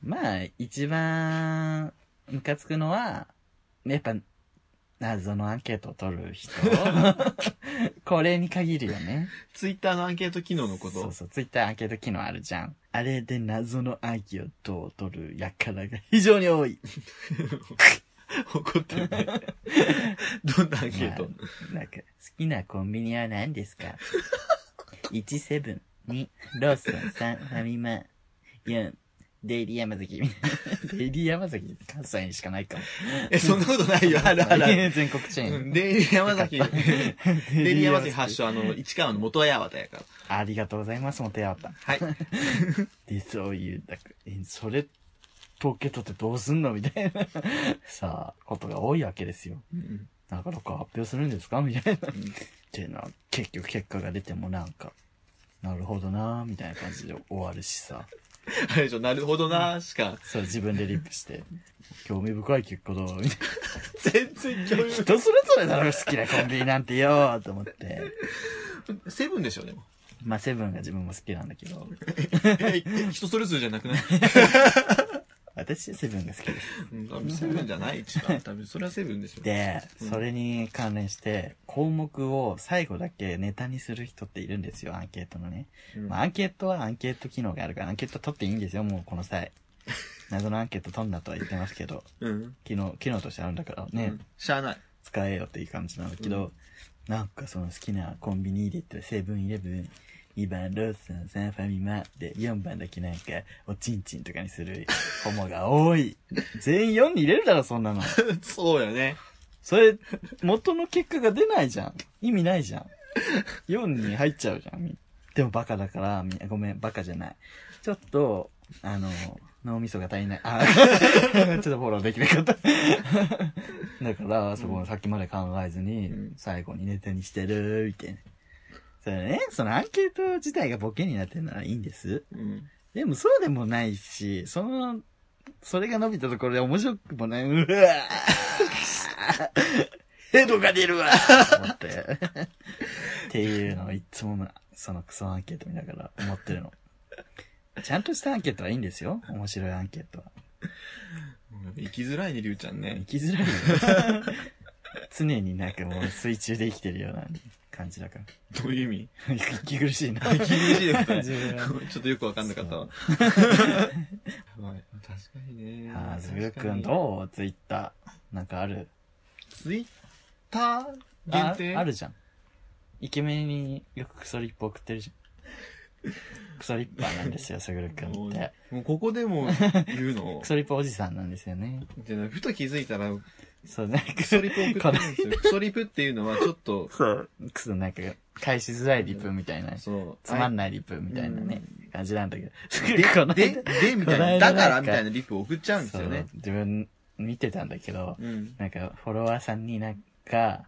まあ、一番、ムカつくのは、やっぱ、謎のアンケートを取 る人。これに限るよね。ツイッターのアンケート機能のこそとう。そう、ツイッターアンケート機能あるじゃん。あれで謎のアンケートを取る輩が非常に多い。怒ってる ね。どんなアンケートまあなんか、好きなコンビニは何ですか ?1 セブン、2、ローソン、3、ファミマ、4、デイリー山崎。 デイリー山崎関西にしかないかも。え、そんなことないよ。あるあるある。全国チェーうン。んデイリー山 崎。デイリー山崎発発祥、あの、市川の元八幡やから。ありがとうございます、もてやわた。はい。で、そういう、だからえそれ、統計取ってどうすんのみたいな、 さあ、ことが多いわけですよ。うんなかなか発表するんですかみたいな。っていうのは、結局結果が出てもなんか、なるほどなーみたいな感じで終わるしさ。あれでしょ、なるほどな、しか。そう、自分でリップして、興味深い結果だ、みたいな。全然共有。人それぞれだろ、好きなコンビニなんてよーと思って。セブンでしょ、でも。まあ、セブンが自分も好きなんだけど、え人それぞれじゃなくない私はセブンが好きです。うん多分セブンじゃない、一番。多分、それはセブンでしょ。で、うんそれに関連して、項目を最後だけネタにする人っているんですよ、アンケートのね。うんまあ、アンケートはアンケート機能があるから、アンケート取っていいんですよ、もうこ の際。謎のアンケート取んなとは言ってますけど、うん。機能、機能としてあるんだからうね、ん。しゃあない。 使えよっていう感じなんだけど、なんかその好きなコンビニでって、セブンイレブン、2番ローソン、3ファミマで、4番だけなんか、おちんちんとかにするホモが 多い。全員4に入れるだろ、そんなの。そうやね。それ、元の結果が出ないじゃん。意味ないじゃん。4に入っちゃうじゃん。でもバカだから、みごめん、バカじゃない。ちょっと、あの、脳みそが足りない。あ ちょっとフォローできなかった。だから、そこのさっきまで考えずに、うん最後にネタにしてる、みたいな。それね、そのアンケート自体がボケになってるならいいんです。うん。でもそうでもないし、その、それが伸びたところで面白くもない。うわぁヘドが出るわと思って。っていうのをいつも、そのクソアンケート見ながら思ってるの。ちゃんとしたアンケートはいいんですよ。面白いアンケートは。生きづらいね、りゅうちゃん生ね。きづらいよね。常になんかもう水中で生きてるような感じだから。どういう意味息苦しいな。息苦しいですね 自分はちょっとよくわかんなかったわ。まあ確かにね。ああ、ずるくんどうツイッター。なんかあるツイッターあ限定あるじゃん。イケメンによくクソリップ送ってるじゃん。クソリッパーなんですよ、すぐるくもんっうて。もうここでも言う のクソリッパーおじさんなんですよね。じゃあふと気づいたら、そう、なんか、クソリプ送ってるんですよ。クソリプっていうのはちょっと、 そう。クソ、なんか、返しづらいリプみたいな。そう。つまんない。ないリプみたいなね、感じなんだけど。すぐでるくん この、で、で、 みたいな、だこの間なんかからみたいなリプを送っちゃうんですそよねう。、自分見てたんだけど、うん。なんか、フォロワーさんになんか、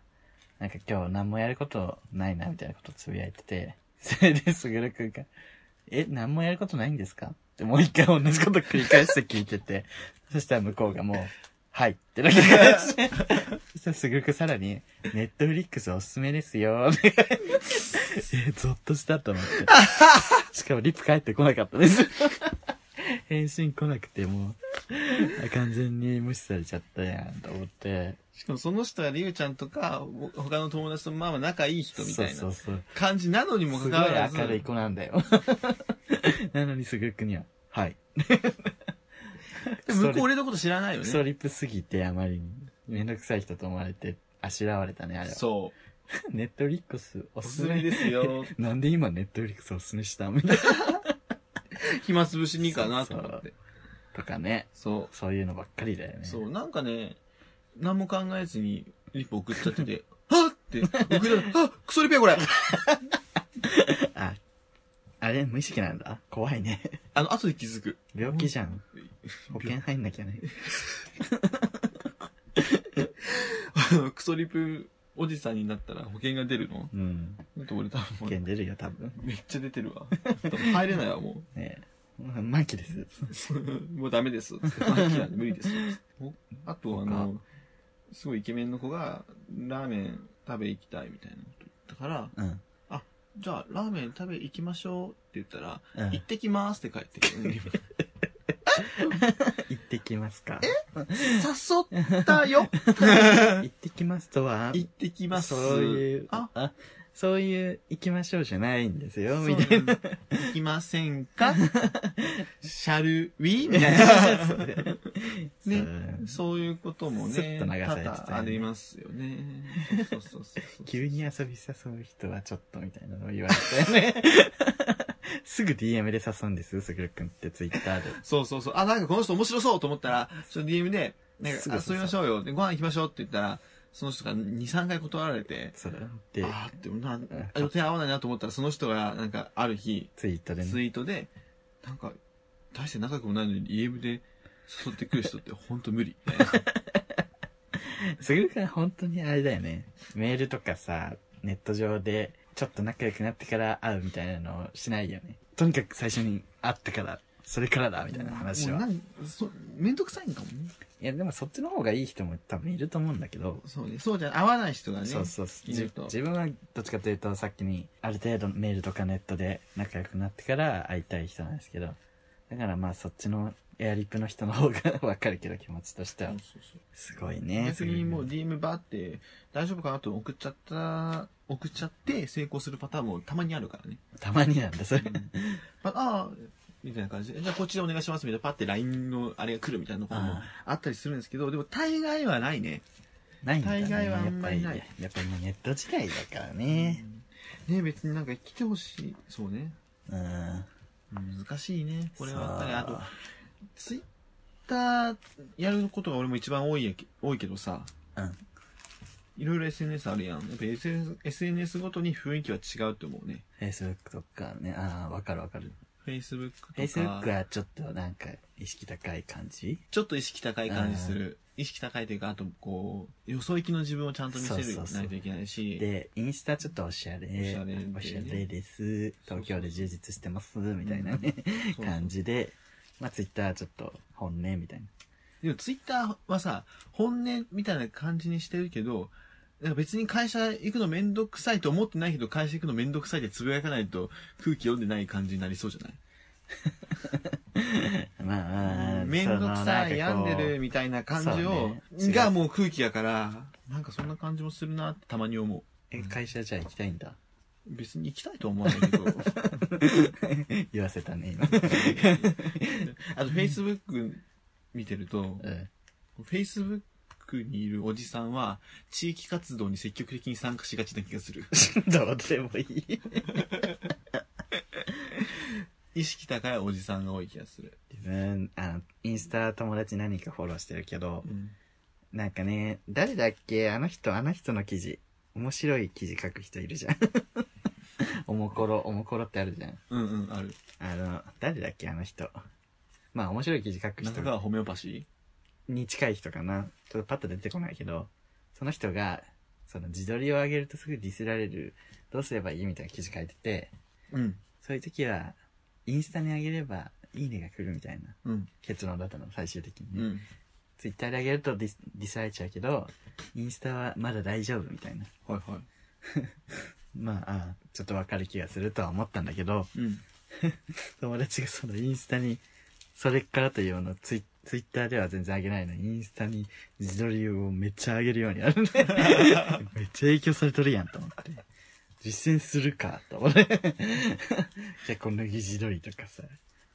なんか今日何もやることないな、みたいなことつぶやいてて、それで、すぐるくんが、え、何もやることないんですかってもう一回同じこと繰り返して聞いてて、そしたら向こうがもう、はいってだけ返して、そしたらすぐるくんさらに、ネットフリックスおすすめですよ、ってえ、ゾッとしたと思って。しかもリップ返ってこなかったです。返信来なくてもう、あ完全に無視されちゃったやん、と思って。しかもその人はりゅうちゃんとか、お他の友達とまあまあ仲いい人みたいそなうそうそう。感じなのにもすかごいかわらず、明るい子なんだよ。 なのにすぐくには、はい。で向こう俺のこと知らないよクね。ソリップすぎてあまりに。めんどくさい人と思われて、あしらわれたね、あれは。そう。ネットリックスおおすすすすめめでです。すよ。なんで今ネットリックスおすすめしたみたいな。 暇つぶしにかなと思って。とかね。そそういうのばっかりだよね。う。そう、なんかね、何も考えずにリップ送っちゃってて、 はっって、送 ったら、あクソリペやこれあ、あれ無意識なんだ。怖いね。あの、後で気づく。 病気じゃん。保険入んなきゃね。あの、クソリプおじさんになったら保険が出るのうん。だって俺多保分も険出るよ、多分。う、めっちゃ出てるわ。多分入れないわ、もねえ。満期です。う。 もうダメです。マッキーなんで無理です。おあと、あその、すごいイケメンの子が、ラーメン食べ行きたいみたいなこと言ったから、うん。じゃあ、ラーメン食べ行きましょうって言ったら、うん。行ってきますって帰ってくる。行ってきますか。誘ったよ行ってきますとは、 行ってきます。そういう、あ、あ、そういう、行きましょうじゃないんですよ、そうみたいな。行きません か ?shall we? みたいな。ね ねそういうこともスッね、と多流されてたよね々ありますよね。そうそうそうそう 急に遊び誘う人はちょっとみたいなのを言われ てね。すぐ DM で誘うんです、すぐるくんってツイッターで。そうそうそう。あ、なんかこの人面白そうと思ったら、ちょっと DM で、なんすかぐあ遊びましょうよ。で、ご飯行きましょうって言ったら、その人が2、3回断られて、そうだ。で、あーって、なんん予定合わないなと思ったら、その人が、なんか、ある日、ツイートでツね。イートで、なんか、大して仲良くもないのに、DM で誘ってくる 人ってほんと無理。すぐるくん本当にあれだよね。メールとかさ、ネット上で、ちょっと仲良くなってから会うみたいなのをしないよね。とにかく最初に会ってから、それからだ、みたいな話もうなは。んそめんどくさいんかもね。いや、でもそっちの方がいい人も多分いると思うんだけど、そうね。そうじゃん合わない人がね。そうそうきなじ人自分はどっちかというとさっきにある程度メールとかネットで仲良くなってから会いたい人なんですけどだからまあそっちのエアリップの人の方がわかるけど気持ちとしてそはうそうそうすごいね逆にもうそ DM バーって大丈夫かなと送っちゃった、送っちゃって成功するパターンもたまにあるからね。うたまになんだそれああー、みたいな感じで。じゃあこっちでお願いしますみたいな、パって LINE のあれが来るみたいなこともああったりするんですけど、でも大概はないね。ないんだ、ね、大概はあんまりないやっぱりやっぱ今ネット時代だからねね別になんか来てほしい。そうね。うん難しいね。これはやっぱり、さあと、ツイッターやることが俺も一番多いやけ多いけどさ、うんいろいろ SNS あるやん。やっぱ SNS, SNS ごとに雰囲気は違うと思うね。 Facebook とかねああわかるわかる Facebook とか。 Facebook はちょっとなんか意識高い感じちょっと意識高い感じする。意識高いというか、あとこう、よそ行きの自分をちゃんと見せるそうそうそうないといけないし。で、インスタちょっとおしゃれ。おしゃれでねおしゃれです。東京で充実してます。みたいなね、そう感じで。まあ、ツイッターちょっと本音みたいな。でもツイッターはさ、本音みたいな感じにしてるけど、なんか別に会社行くのめんどくさいと思ってないけど、会社行くのめんどくさいってつぶやかないと空気読んでない感じになりそうじゃないまあ、めんどくさい、病んでるみたいな感じを、そうねがもう空気やから、なんかそんな感じもするなってたまに思う。え、会社じゃあ行きたいんだ。別に行きたいとは思わないけど。 言わせたね、 今。あと Facebook 見てると、うん。 Facebook にいるおじさんは、地域活動に積極的に参加しがちな気がする。どうでもいい。意識高いおじさんが多い気がする。自分、あの、インスタ友達何人かフォローしてるけどう、ん。なんかね、誰だっけあの人、あの人の記事。面白い記事書く人いる じゃん。おもころ、おもころってあるじゃん。うんうん、ある。あの、誰だっけあの人。まあ面白い記事書く中人川ホメオパシに近い人かな。ちょっとパッと出てこないけど、その人が、その自撮りを上げるとすぐディスられる、どうすればいいみたいな記事書いてて、ーうん。そういう時は、インスタに上げれば、いいねが来るみたいなうん。結論だったの、最終的にうね。ん。ツイッターで上げるとディスディスられちゃうけど、インスタはまだ大丈夫みたいな。はいはまあ、ああちょっとわかる気がするとは思ったんだけど、い。うん。友達がそのインスタに、それからというようなツイツイッターでは全然あげないのに、インスタに自撮りをめっちゃあげるようになるね。めっちゃ影響されとるやんと思って。実践するか、と思って。結構脱ぎ自撮りとかさ、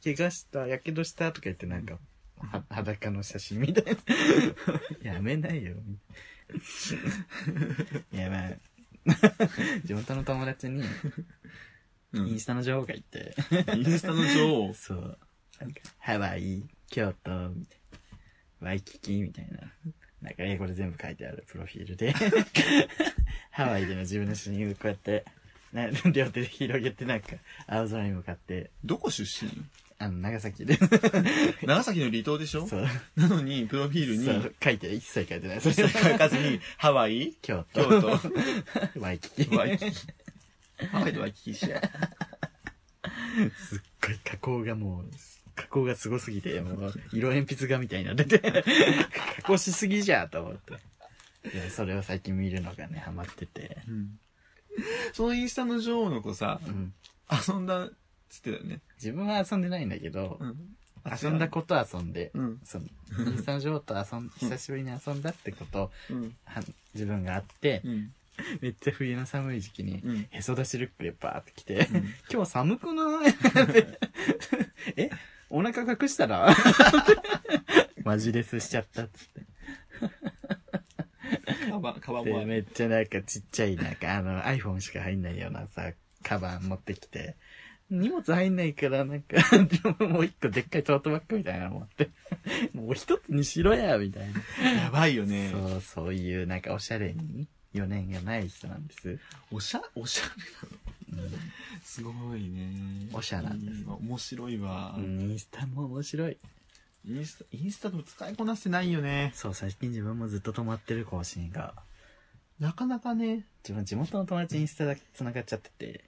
怪我した、やけどしたとか言ってなんか、は裸の写真みたいな。やめないよ。いやまあ、地元の友達に、うんインスタの女王がいて、インスタの女王。そう。なんか、ハワイ、京都、みたいな。ワイキキ、みたいな。なんか英語で全部書いてある、プロフィールで。ハワイでの自分の親友、こうやって、な両手で広げて、なんか、青空に向かって、どこ出 身あの、長崎で、長崎の離島でしょそう、なのに、プロフィールそに、う書いてない、一切書いてない。それ書かずに、 ハワイ京都、京都。ワイキキ。ワイキキ。ハワイとワイキキしや。すっごい加工がもう、加工がすごすぎて、もう、色鉛筆画みたいになってて、加工しすぎじゃと思って。いや、それを最近見るのがね、ハマってて。そのインスタの女王の子さう、ん。遊んだっつってたよね。自分は遊んでないんだけど、うん。遊んだ子と遊んで、うんその、インスタの女王と遊ん、久しぶりに遊んだってこと、うん。は自分があってう、ん。めっちゃ冬の寒い時期に、うんへそ出しルックでバーって来て、ん今日寒くない えお腹隠し たらマジレスしちゃったっつって。カバン、カバンもで、ある。めっちゃなんかちっちゃい、なんかあの iPhone しか入んないようなさ、カバン持ってきて、荷物入んないから、なんか、 もう一個でっかいトートバッグみたいなの持って、もう一つにしろや、みたいな。やばいよね。そう、そういうなんかおしゃれに余念がない人なんです。おしゃ、おしゃれなのすごいね。おしゃなんですいいわ面白いわう。んインスタも面白い。インスタ、インスタでも使いこなせてないよね。そう、最近自分もずっと止まってる更新が。なかなかね。自分地元の友達インスタだけ繋がっちゃってて、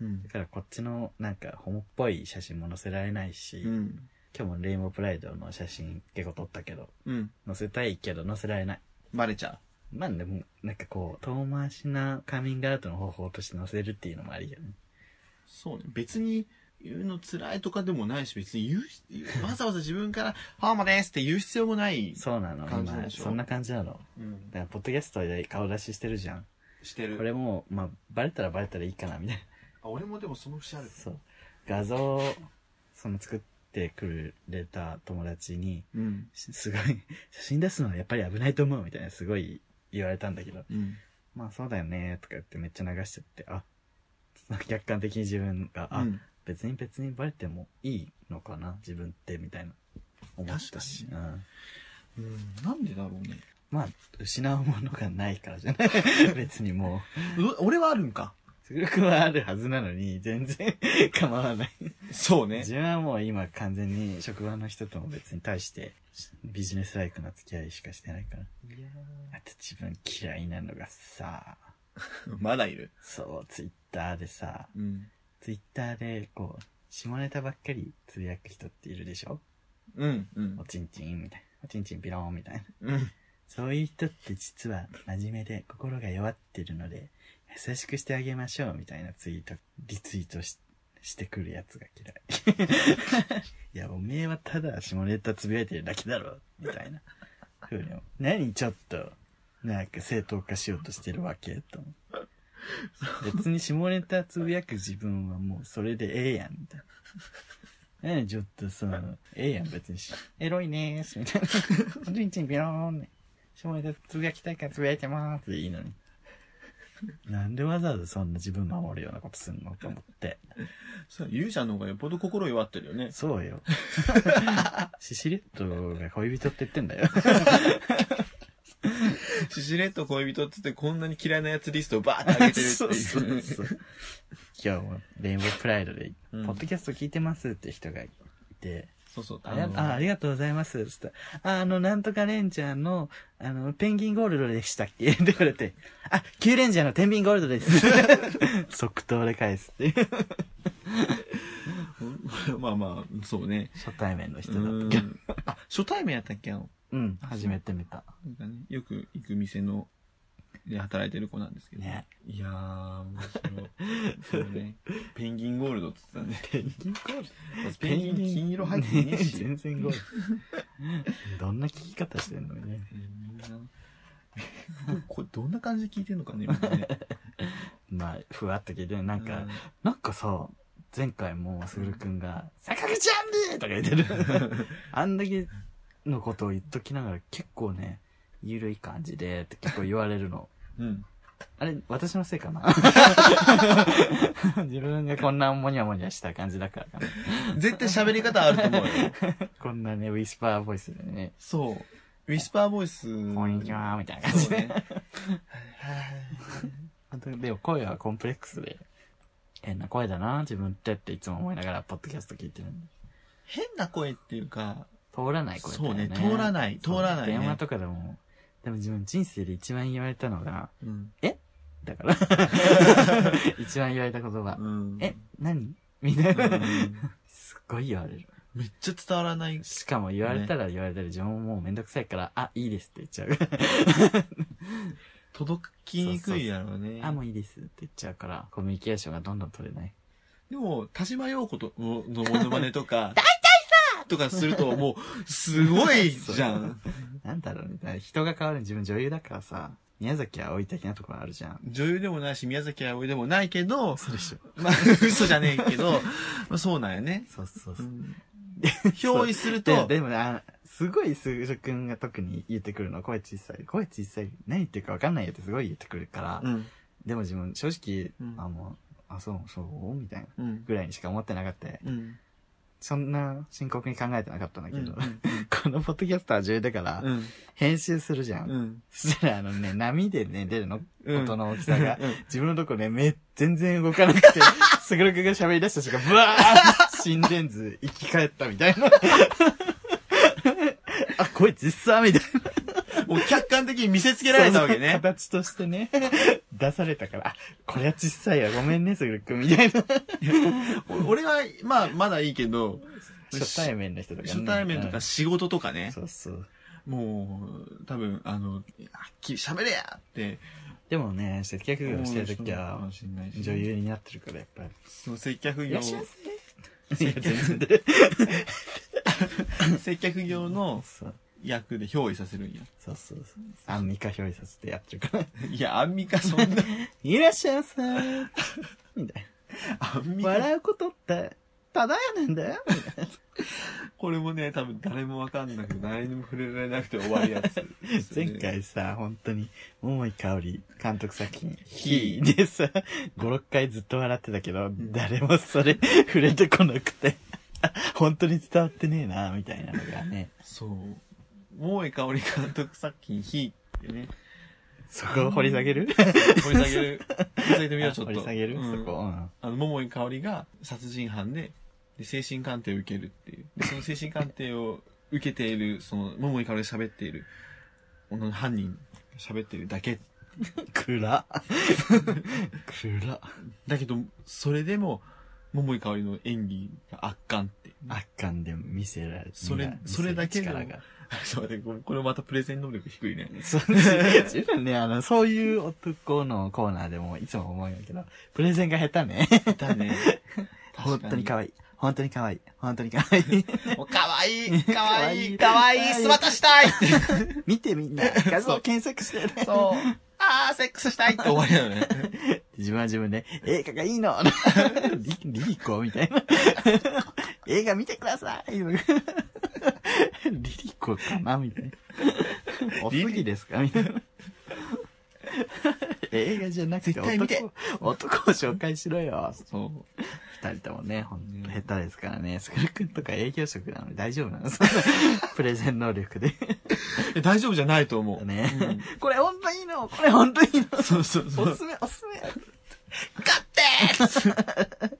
うんだ。からこっちのなんかホモっぽい写真も載せられないし、うん。今日もレインボープライドの写真結構撮ったけど、うん。載せたいけど載せられない。バレちゃまあでも、なんかこう、遠回しなカミングアウトの方法として載せるっていうのもありよね。う。そうね。別に言うの辛いとかでもないし、別に言う言う、 わざわざ自分から、ハーマですって言う必要もない。そうなの、感じなん今、でしょそんな感じなの。うんだ。から、ポッドキャストで顔出ししてるじゃん。してる。これもう、まあ、バレたらバレたらいいかな、みたいな。あ俺もでもその節ある。そう。画像、その作ってくれた友達に、うん。しすごい、写真出すのはやっぱり危ないと思うみたいな、すごい言われたんだけど、うん。まあそうだよね、とか言ってめっちゃ流しちゃって、あ、客観的に自分が、あ、うん別に別にバレてもいいのかな、自分って、みたいな、思ったし。うんうん。なんでだろうね。まあ、失うものがないからじゃない。 別にもう、う俺はあるんか。すぐくんはあるはずなのに、全然 構わない。そうね自分はもう今完全に職場の人とも別に対してビジネスライクな付き合いしかしてないから。いやあと自分嫌いなのがさ、ー まだいる。そう、ツイッターでさ、うん。ツイッターでこう、下ネタばっかりつぶやく人っているでしょうん。うんお。ちんちんみたいな。おちんちんピローンみたいな。うん。そういう人って実は真面目で心が弱ってるので、優しくしてあげましょうみたいなツイート、リツイートししてくるやつが嫌い。 いや、おめえはただ下ネタつぶやいてるだけだろ、みたいな。ふうに思う何ちょっと、なんか正当化しようとしてるわけと思う。別に下ネタつぶやく自分はもうそれでええやん、みたいな。 何ちょっとその、ええやん別にし。エロいねーす、みたいな。 おじいちんビローンね。下ネタつぶやきたいからつぶやいてまーすでいいのに。なんでわざわざそんな自分守るようなことすんのと思って。そう、ゆうちゃんの方がよっぽど心弱ってるよ ね。そう よ。シシレットが恋人って言ってんだよ。シシレット恋人っつってこんなに嫌いなやつリストをバーって上げ てるっていう。 そう。今日もレインボープライドで、うんポッドキャスト聞いてますって人がいて、そうそう。あやあありがとうございますって言ったら、ああの、なんとかレンジャーの、あの、ペンギンゴールドでしたっけって言われて、あ、キューレンジャーの天秤ゴールド です。即答で返すっていう。うん まあまあ、そうね。初対面の人うだったけど。んあ、初対面やったっけあの、うん、初めて見た。なんかね、よく行く店の、で働いてる子なんですけど。ね。いやー、面白い。そうね。 ペンギンゴールドっつってたね。ペンギンゴ ールドペンギン金色入ってねえし。 全然ゴールド。どんな聞き方してんのね。みんな、これどんな感じで聞いてんのかね、みんなね まあ、ふわっと聞いて、なんか、なんかさ、前回もすぐるくんが、坂口アンディとか言って る。あんだけのことを言っときながら、結構ね、ゆるい感じでって結構言われるの。うん。あれ、私のせいか な自分がこんなもにゃもにゃした感じだからかな。絶対喋り方あると思うよ。こんなね、ウィスパーボイスでね、 そう。ウィスパーボイス。こんにちは、みたいな感じそうで。ね。本当にでも声はコンプレックスで、変な声だな、自分ってっていつも思いながら、ポッドキャスト聞いてるんで。変な声っていうか、通らない声だよね。そうね通らないそう通らないね電話とかでも、でも自分人生で一番言われたのが、うん。だから、一番言われた言葉、うんえ、何みたいうな。んすっごい言われる。めっちゃ伝わらない。しかも言われたら言われたら自分ももうめんどくさいから、あ、いいですって言っちゃう。届きにくいやろうね。 あ、もういいですって言っちゃうから、コミュニケーションがどんどん取れない。でも、田島陽子とののモノマネとか、大体さとかすると、もう、すごいじゃん。なんだろうね。だから人が変わる。自分女優だからさ、宮崎葵的なところあるじゃん。女優でもないし、宮崎あおいでもないけど、そうでしょ。まあ、嘘じゃねえけど、まあ、そうなんよね。そうそううそう。んで憑依するでと、でもね、あすごいすぐしょくんが特に言ってくるの。声小さい。声小さい。何言ってるか分かんないよってすごい言ってくるから。うん。でも自分、正直、うんあ、もう、あ、そう、そう、みたいな。うん。ぐらいにしか思ってなかった。うん。そんな深刻に考えてなかったんだうけど。ん このポッドキャスター女優だから、うん。編集するじゃん。うん。そしたらあのね、波でね、出るの。うん音の大きさが。うん自分のとこね、目、全然動かなくて、 すぐるくんが喋り出した瞬間、ブワー心電図、生き返ったみたいな。 あ、こいつさ、みたいな。もう客観的に見せつけられたわけね。形としてね、出されたから、あ、これは小さいわ、ごめんね、すぐるくん、みたいな。お俺は、まあ、まだいいけど、 初対面の人とかね。初対面とか仕事とかうんね、そうそう。もう、多分、あの、はっきり喋れやって。でもね、接客業してるとき思うかはも、しれないし女優になってるから、やっぱり。その接客業、せ。いや、全然。 接客業のそう役で憑依させるんや。そうそうそう。アンミカ表依させてやってるから。いや、アンミカ そんな、いらっしゃいま せーみたいアンミカ、な。笑うことって、ただやね んだよ。これもね、多分誰もわかんなくて、誰にも触れられなくて終わるやつ。前回さ、本当に、桃井香織監督作品、ひひでさ、5、6回ずっと笑ってたけど、誰もそれ 触れてこなくて、 あ本当に伝わってねえな、みたいなのがね。そう。桃井かおり監督作品、ひってね。そこを掘り下げる掘り下げ る。掘り下げてみよう、ちょっ掘と。り下げるうんそこ。うんあの、桃井かおりが殺人犯で、で、精神鑑定を受けるっていう。で、その精神鑑定を受けている、その、桃井かおりが喋っている、女の犯人、喋っているだけ。 暗。暗。だけど、それでも、桃井かおりの演技が圧巻って。圧巻で見せられる。それ見らそれだけ見せるでも力が。 ちょっと待ってこれこれまたプレゼン能力低いね。そう自分ね、あの、そういう男のコーナーでもいつも思うんやけど、プレゼンが下手ね。だ ね。本当に可わ愛い。本当に可愛い。本当に可愛 い。いい。かわい い、かわいい、かかわわいいいい、姿した い見てみんな、画像検索してね。そう。あー、セックスしたいって終わりだよね。自分は自分で、映画がいいの リリリコみたいな。映画見てください リリコかなみたいな。おすぎですかみたいな。映画じゃなくて絶対見て男を、男を紹介しろよ。そ二人ともね、ほんとね下手ですからね。スクル君とか営業職なので大丈 夫なのそんなプレゼン能力で。う。え大丈夫じゃないと思う。ねうん。これほんといいのこれほんといいのそうそうそおすう。すめ、おすすめ。勝ってー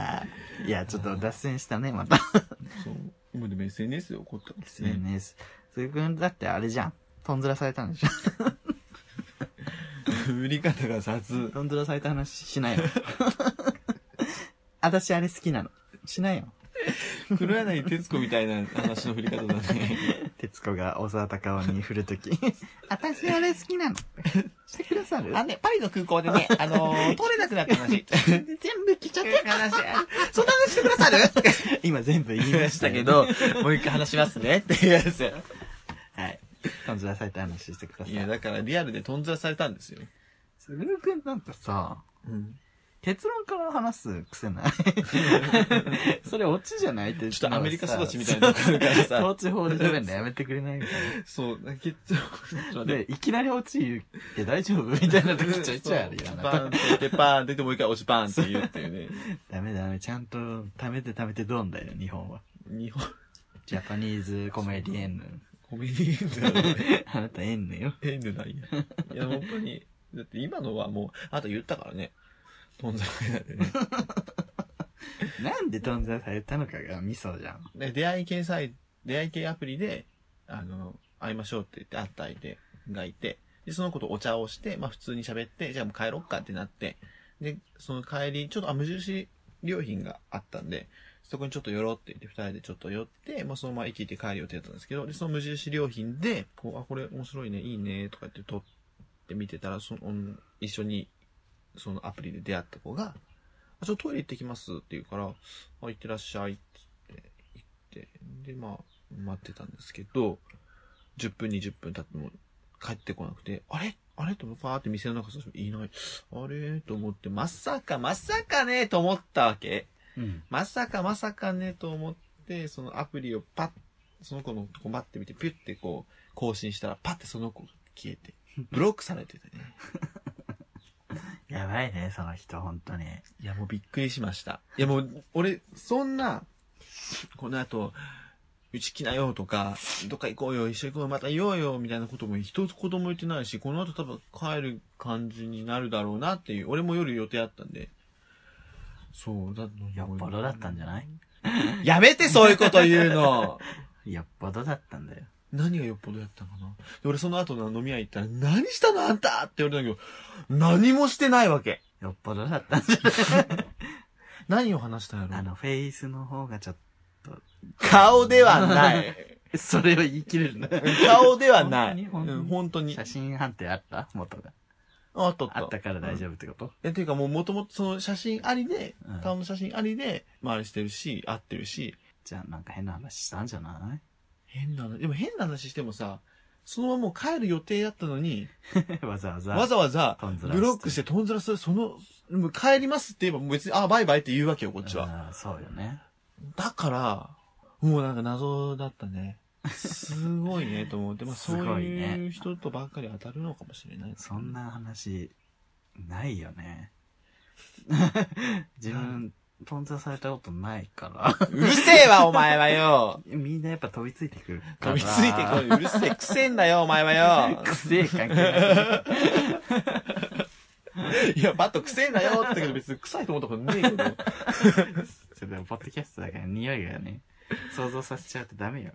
はいいや、ちょっと脱線したね、また。そう。もうでも SNS で起こったんですね。 SNS。スクル君だってあれじゃん。トンズラされたんでしょ売り方が雑。トンズラされた話しないよ。 私あれ好きなの。しないよ。黒柳徹子みたいな話の振り方だね。 徹子が大沢たかおに振るとき。私あれ好きな の。してくださるね、パリの空港で ね、あの通れなくなった話。全部来ちゃっ 話、そんな話してくださるた。 今全部言い言いままししたたけけど。ど、もう一回話しますねっていうやつ。 はい。トンズラされた話してくださいや、い。だからリアルでトンズラされたんですよ。すぐるくんなんかさ、うん。結論から話す癖 ないそれオチじゃないってちょっとアメリカ育ちみたいな感じだからさ統治法で喋るのやめてくれないみたいそう、結論な。で、いきなり落ち言って大丈夫みたいな時ちょいちょいあるよそうバーンなっ。て言って、バーンって言って、もう一回押しバーンって言うっていうダメダメ、ちゃんと貯めて貯めてどうんだよ、日本は。ね。日本、ジャパニーズコメディエンヌ。コメディーンだよね。あなたエンヌよ。変でないや。いや、本当に。だって今のはもう、あと言ったから ね。とんざくなんでね。なんで頓挫されたのかがミソじゃん。で、出会い系サイ、出会い系アプリで、あの、会いましょうって言って会った相手がいて、で、その子とお茶をして、まあ普通に喋って、じゃあもう帰ろっかってなって、で、その帰り、ちょっとあ無印良品があったんで、そこにちょっと寄ろうって言って、二人でちょっと寄って、まあそのまま駅行って帰る予定だったんですけど、で、その無印良品で、こう、あ、これ面白いね、いいね、とか言って撮って見てたら、その、うん一緒に、そのアプリで出会った子が、あ、ちょっとトイレ行ってきますって言うから、あ、行ってらっしゃいって言って、ってで、まあ、待ってたんですけど、10分、20分経っても帰ってこなくて、あれあれと思って、パーって店の中探してもいない。あれと思って、まさか、まさかねと思ったわけ。うん。まさか、まさかねと思って、そのアプリをパッ、その子のとこ待ってみて、ピュってこう、更新したら、パッてその子が消えて、ブロックされててね。やばいね、その人、本当に。いや、もうびっくりしました。いや、もう、俺、そんな、この後、うち来なよとか、どっか行こうよ、一緒行こうよ、また言おうよ、みたいなことも一つ子供言ってないし、この後多分帰る感じになるだろうなっていう、俺も夜予定あったんで。そう、だよっぽどだったんじゃないやめて、そういうこと言うのよっぽどだったんだよ。何がよっぽどやったのかなで、俺その後の飲み屋行ったら、何したのあんたって言われたんだけど、何もしてないわけ。よっぽどだったんじゃない何を話したんやろあの、フェイスの方がちょっ顔ではない。と、それを言い切れるな。顔ではない。本当にうん本当に写。真判定あった元が。あったあったから大丈夫ってこと、え、ていうかもう元々その写真ありでうん、顔の写真ありで、まああれしてるし、合ってるし、じゃあなんか変な話したんじゃない変な話、でも変な話してもさ、そのままもう帰る予定だったのに、わざわざ。わざわざトンズラしてブロックしてトンズラする、その、もう帰りますって言えばもう別に、あ、バイバイって言うわけよ、こっちは。うんそうよね。だから、もうなんか謎だったね。すごいね、と思って。まあそうすごいいねう人とばっかり当たるのかもしれない。そんな話、ない よね。自分、トン挫されたことないから。うるせえわ、お前はよみんなやっぱ飛びついてくるか飛ら。びついてこい。うるせえ、くせえんだよ、お前はよ。くせえ関係ない。 いや、バットくせえんだよって言ったけど別に臭いと思ったことねえけど。それでもポッドキャストだから匂いがね、想像させちゃうと ダメよ。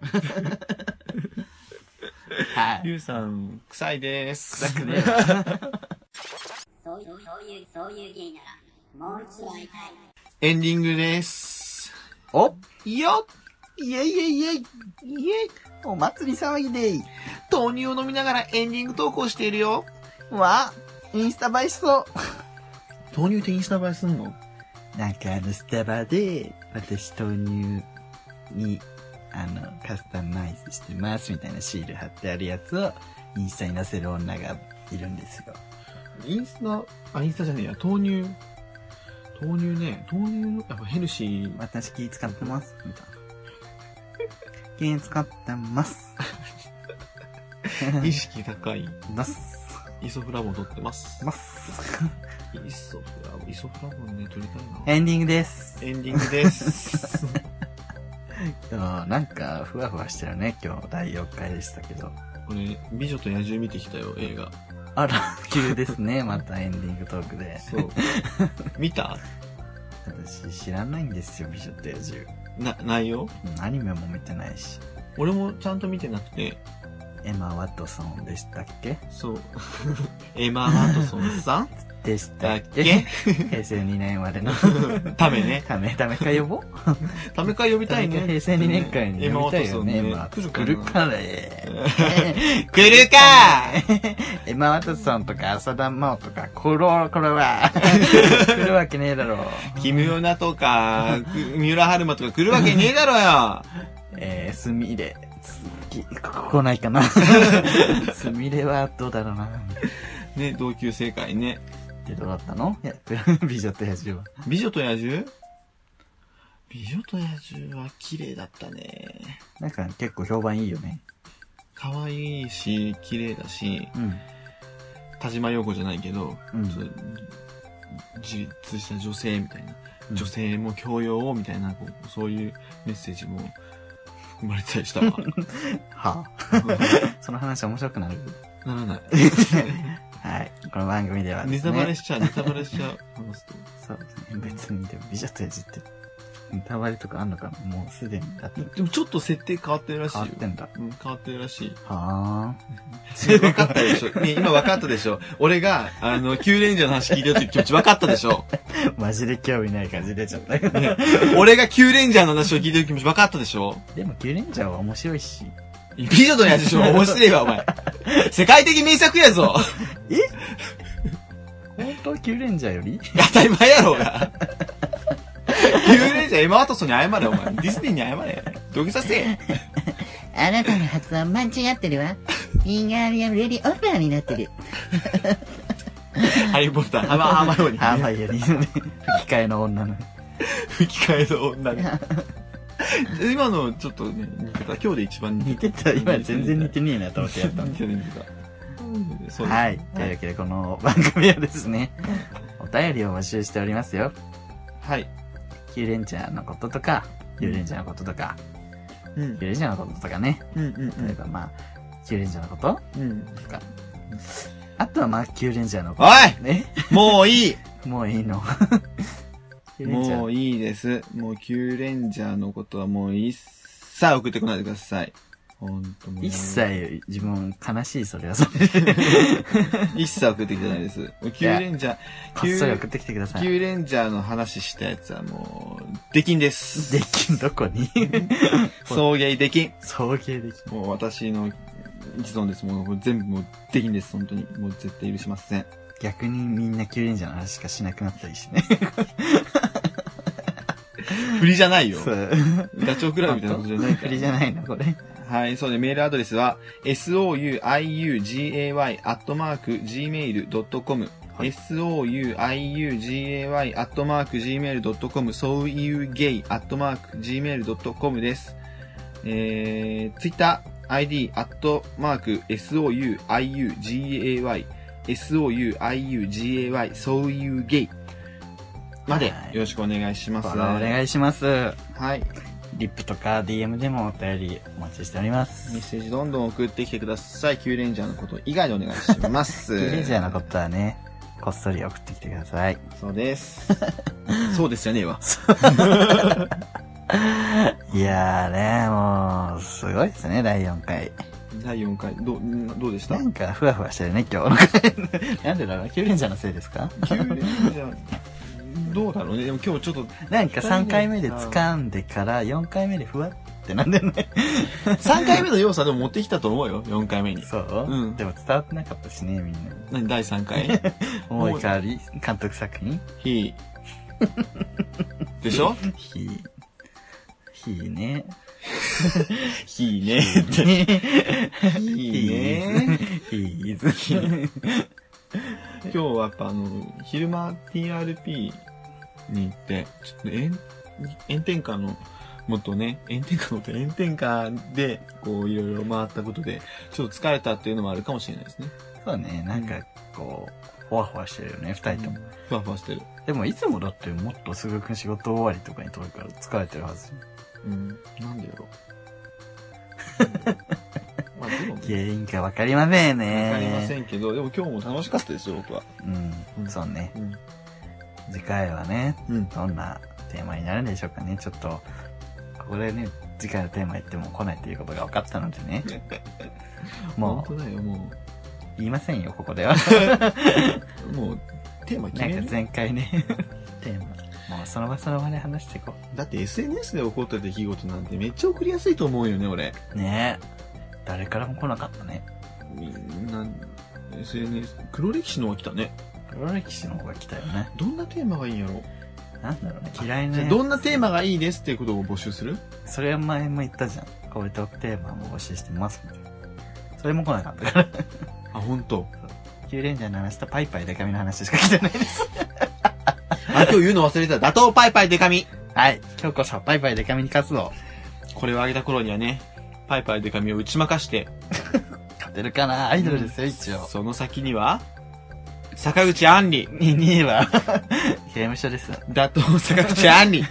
はい。ゆうさん、臭いです。臭くねえわそういう、そういう、そういう芸なら、もう一度会いたい。エンディングです。およっイェイイェイイェイイェイお祭り騒ぎでい豆乳を飲みながらエンディング投稿しているよ。わインスタ映えしそう豆乳ってインスタ映えすんのなんかあのスタバで、私豆乳に、あの、カスタマイズしてますみたいなシール貼ってあるやつを、インスタに載せる女がいるんですよ。インスタ、あ、インスタじゃねえや、豆乳。豆乳ね、豆乳の、やっぱヘルシー。私気使ってますみたいな。気使って ます。意識高い。ます。イソフラボン取ってます。ます。イソフラボン、イソフラボンね、取りたいな。エンディングです。エンディング です。今日なんか、ふわふわしてるね、今日、第4回でしたけど。これ、美女と野獣見てきたよ、映画。あら、急ですね、またエンディングトークで。そう。見た私、知らないんですよ、美女と野獣。な、内容アニメも見てないし。俺もちゃんと見てなくて、エマ・ワトソンでしたっけ そう。エマ・ワトソンさんでしただっっけけ平成2年生まれの。 ためね。ため、ためか呼ぼうため会呼びたいね。平成2年間にエマ・呼びワトたいよソンね、エねマ。。来るか来るなからえ 来るか エマ・ワトソンとか浅田真央とか、ころこ れは。来るわけねえだろう。キムヨナとか、く三浦春馬とか来るわけねえだろえー、すみれ。すき来な いかな。すみれはどうだろうな。よね、同級生会ね。ってどうだったのいや 美女と野獣は。美女と野獣美女と野獣は綺麗だったね。なんか結構評判いいよね。可愛いし、綺麗だし、うん。田島陽子じゃないけど、うんちょっと自立した女性みたいな、うん女性も教養をみたいな、こうそういうメッセージも含まれてたり したわ。 はあ、その話面白くなる。ならない。はい。この番組ではでネすね。タバレしちゃう、ネタバレしちゃう。話すとそうですね。別にでも美女と野獣って、ネタバレとかあんのかなもうすでにだってでもちょっと設定変わってるらしい変よわっ。てんだ。うん、変わってるらしい。はね分かったでしょ、ね、今分かったでしょ俺が、あの、キュウレンジャーの話聞いた時気持ち分かったでしょあ。マジで興味ない感じ出ち ゃったけど。俺がキュウレンジャーの話を聞いた時気持ち分かったでしょでも、キュウレンジャーは面白いし。美女と野獣賞面白いわ、お前。世界的名作やぞ本当キュウレンジャーより当たり前やろうが。キュウレンジャー、エマ・ワトソンに謝れ、お前。ディズニーに謝れ。土下座せえ。あなたの発音間違ってるわ。フィンガーリアムレディオペラになってる。ハリー・ポッター、ハマ、ハマよに。ハーバイより、吹き替え の女の。吹き替えの女に。今の、ちょっとね、似てた。今日で一番似似て。てた。今全然似てねえなと思ってやったた似の。てた、似てた。そうですはい。というわけで、この番組はですね、お便りを募集しておりますよ。はい。キュウレンジャーのこととか、キュウレンジャーのこととか、うんキュウ。レンジャーのこととかね。うん、うん、例えば、まあ、キュウレンジャーのことうん。うん。とか。あとは、まあ、キュウレンジャーのこおと。いね。 もういいもういいの。 キュウレンジャーもういいです。もう、キューレンジャーのことはもう一切送ってこないでください。ほんともう。一。切自分悲しい、それはそれで。一切送ってきてないです。もうキューレンジャー、こキっュそりー送ってきてくださキい。ューレンジャーの話したやつはもう、できんです。できん、どこに送迎できん。送迎できもう私の一存です。もう全部もうできんです。本当に。もう絶対許しま せん。逆にみんなキュウレンジャーの話しかしなくなったりしてね。振りじゃないよ。う。ダチョウクラブみたいなことじゃないから。振りじゃないの、これ。はい、そうで、メールアドレスは、souiugay.gmail.com、はい souiugay.gmail.com、sougay.gmail.com です。えー、Twitter、ID、souiugay、souiugay、souugay まで、よはいろしくお願いしまフす。ォローお願いします。はい。リップとか DM でもお便りお待ちしております。メッセージどんどん送ってきてください。キューレンジャーのこと以外でお願いします。キュウレンジャーのことはね、こっそり送ってきてください。そう です。そうですよねえわ。いやーね、もう、すごいですね、第4回。第4回、どう、んどうでしたなキんか、ふわふわしてるね、今日の 回。なんでだろうキュウレンジャーのせいですかューレンジャー、どうだろうね。でも今日ちょっと、なんか3回目で掴んでから、4回目でふわってなんだよね。 3回目の要素はでも持ってきたと思うよ。4回目に。そう、うんでも伝わってなかったしね、みんな。何第3回 思い変わり、監督作品ひー。でしょひ、ひね。ひーねーって。 ひーねひーず。ひーず。ー。今日はやっぱあの、昼間 TRP に行って、ちょっとね炎、炎天下の、もっとね、炎天下のって炎天下で、こういろいろ回ったことで、ちょっと疲れたっていうのもあるかもしれないですね。そうね、なんか、こう、ほわほわしてるよね、二人とも。ふわふわしてる。でも、いつもだって、もっとすぐくん仕事終わりとかに撮るから疲れてるはず。うん。なんでやろ う。まあでも、原因かわかりませんね。わかりませんけど、でも今日も楽しかったですよ、僕は。ん。うん、そうね。うん。次回はね、うん。どんなテーマになるんでしょうかね。ちょっと、ここでね、次回のテーマ言っても来ないということが分かったので ね。もう本当だよ、も言いませんよ、こ こでは。う。もう、テーマ決なんめかる前回ね、 テーマ。もうその場その場で話していこだって SNS で起こった出来事なんてめっちゃ送りやすいと思うよね、俺。う。ねえ。誰からも来なかったね。みんな、SNS、黒歴史の方が来たね。黒歴史の方が来たよね。どんなテーマがいいんやろなんだろうね、嫌じいなゃあやどつ。んなテーマがいいですっていうことを募集するそれは前も言ったじゃん。これトークテーマも募集してますみたいな。それも来なかったから。あ、本当。急レンジャーの話とパイパイデカミの話しか来てないです。あ、今日言うの忘れてた。打倒パイパイデカミ。はい。今日こそパイパイデカミに活動。これを上げた頃にはね、パイパイデカミを打ち負かして、勝てるかなアイドルですよ、一応。その先には、坂口安里。に、2位は、 刑務所です。打倒坂口安里。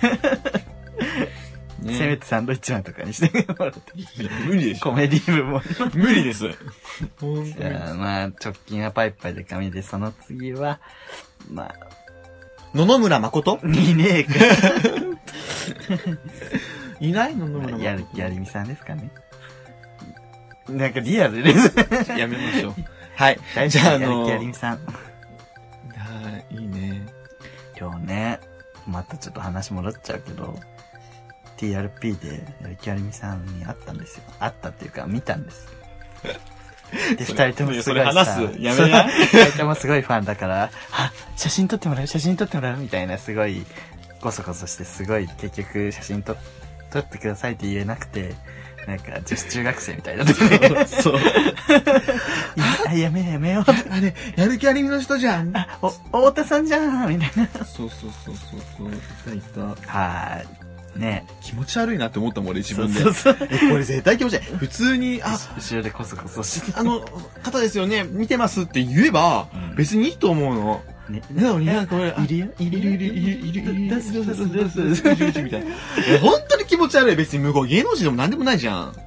せめてサンドイッチマンとかにしてもらって。無理でしょ。コメディ部も。無理です。じゃあ、まあ、直近はパイパイで紙で、その次は、まあ、野々村誠いねえか。いない野々村誠。 やる、やりみさんですかね。なんかリアルです。 やめましょう。はい。大じ丈ゃあ、あ夫やるの気やりみさん。はい、いいね。今日ね、またちょっと話戻っちゃうけど、TRP でやる気ありみさんに会ったんですよ。会ったっていうか、見たん です。で、そ二れ人ともすごいそれさ話すやめない二人ともすごいファンだから、あ、写真撮ってもらう、写真撮ってもらうみたいな、すごい、ごそごそして、すごい、結局、写真撮撮ってくださいって言えなくて、なんか、女子中学生みたいだったね。 そう。あ、やめようやめよう。あれ、やる気ありみの人じゃん。あ、お、太田さんじゃんみたいな。そうそうそうそうそう。いたいた。はーい。ね気持ち悪いなって思ったもん、俺自そう分でそ。うそう。えこれ絶対気持ち悪い。普通に、あ、後ろでコソコソしてあの、方ですよね、見てますって言えば、別にいいと思うの。ねなのになんか俺、あいるよいいるるよいるいるいるいるいる。出す出す出出す出す出すみたいな。え本当に気持ち悪い。別に向こう芸能人でも何でもないじゃん。す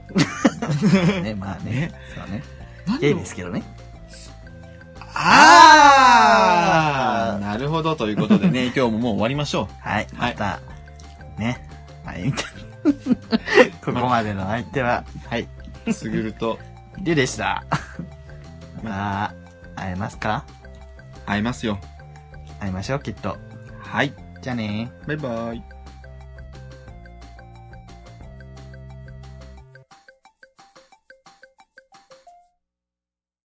ねまあねそうね何ゲでイもですけどねあーなるほど、ということでね、今日ももう終わりましょう。はいはまいたねはいみたいなここまでの相手ははいすぐるとりゅうでしたまあ会えますか会えますよ。会いましょうきっとはい。じゃあねーバイバイ。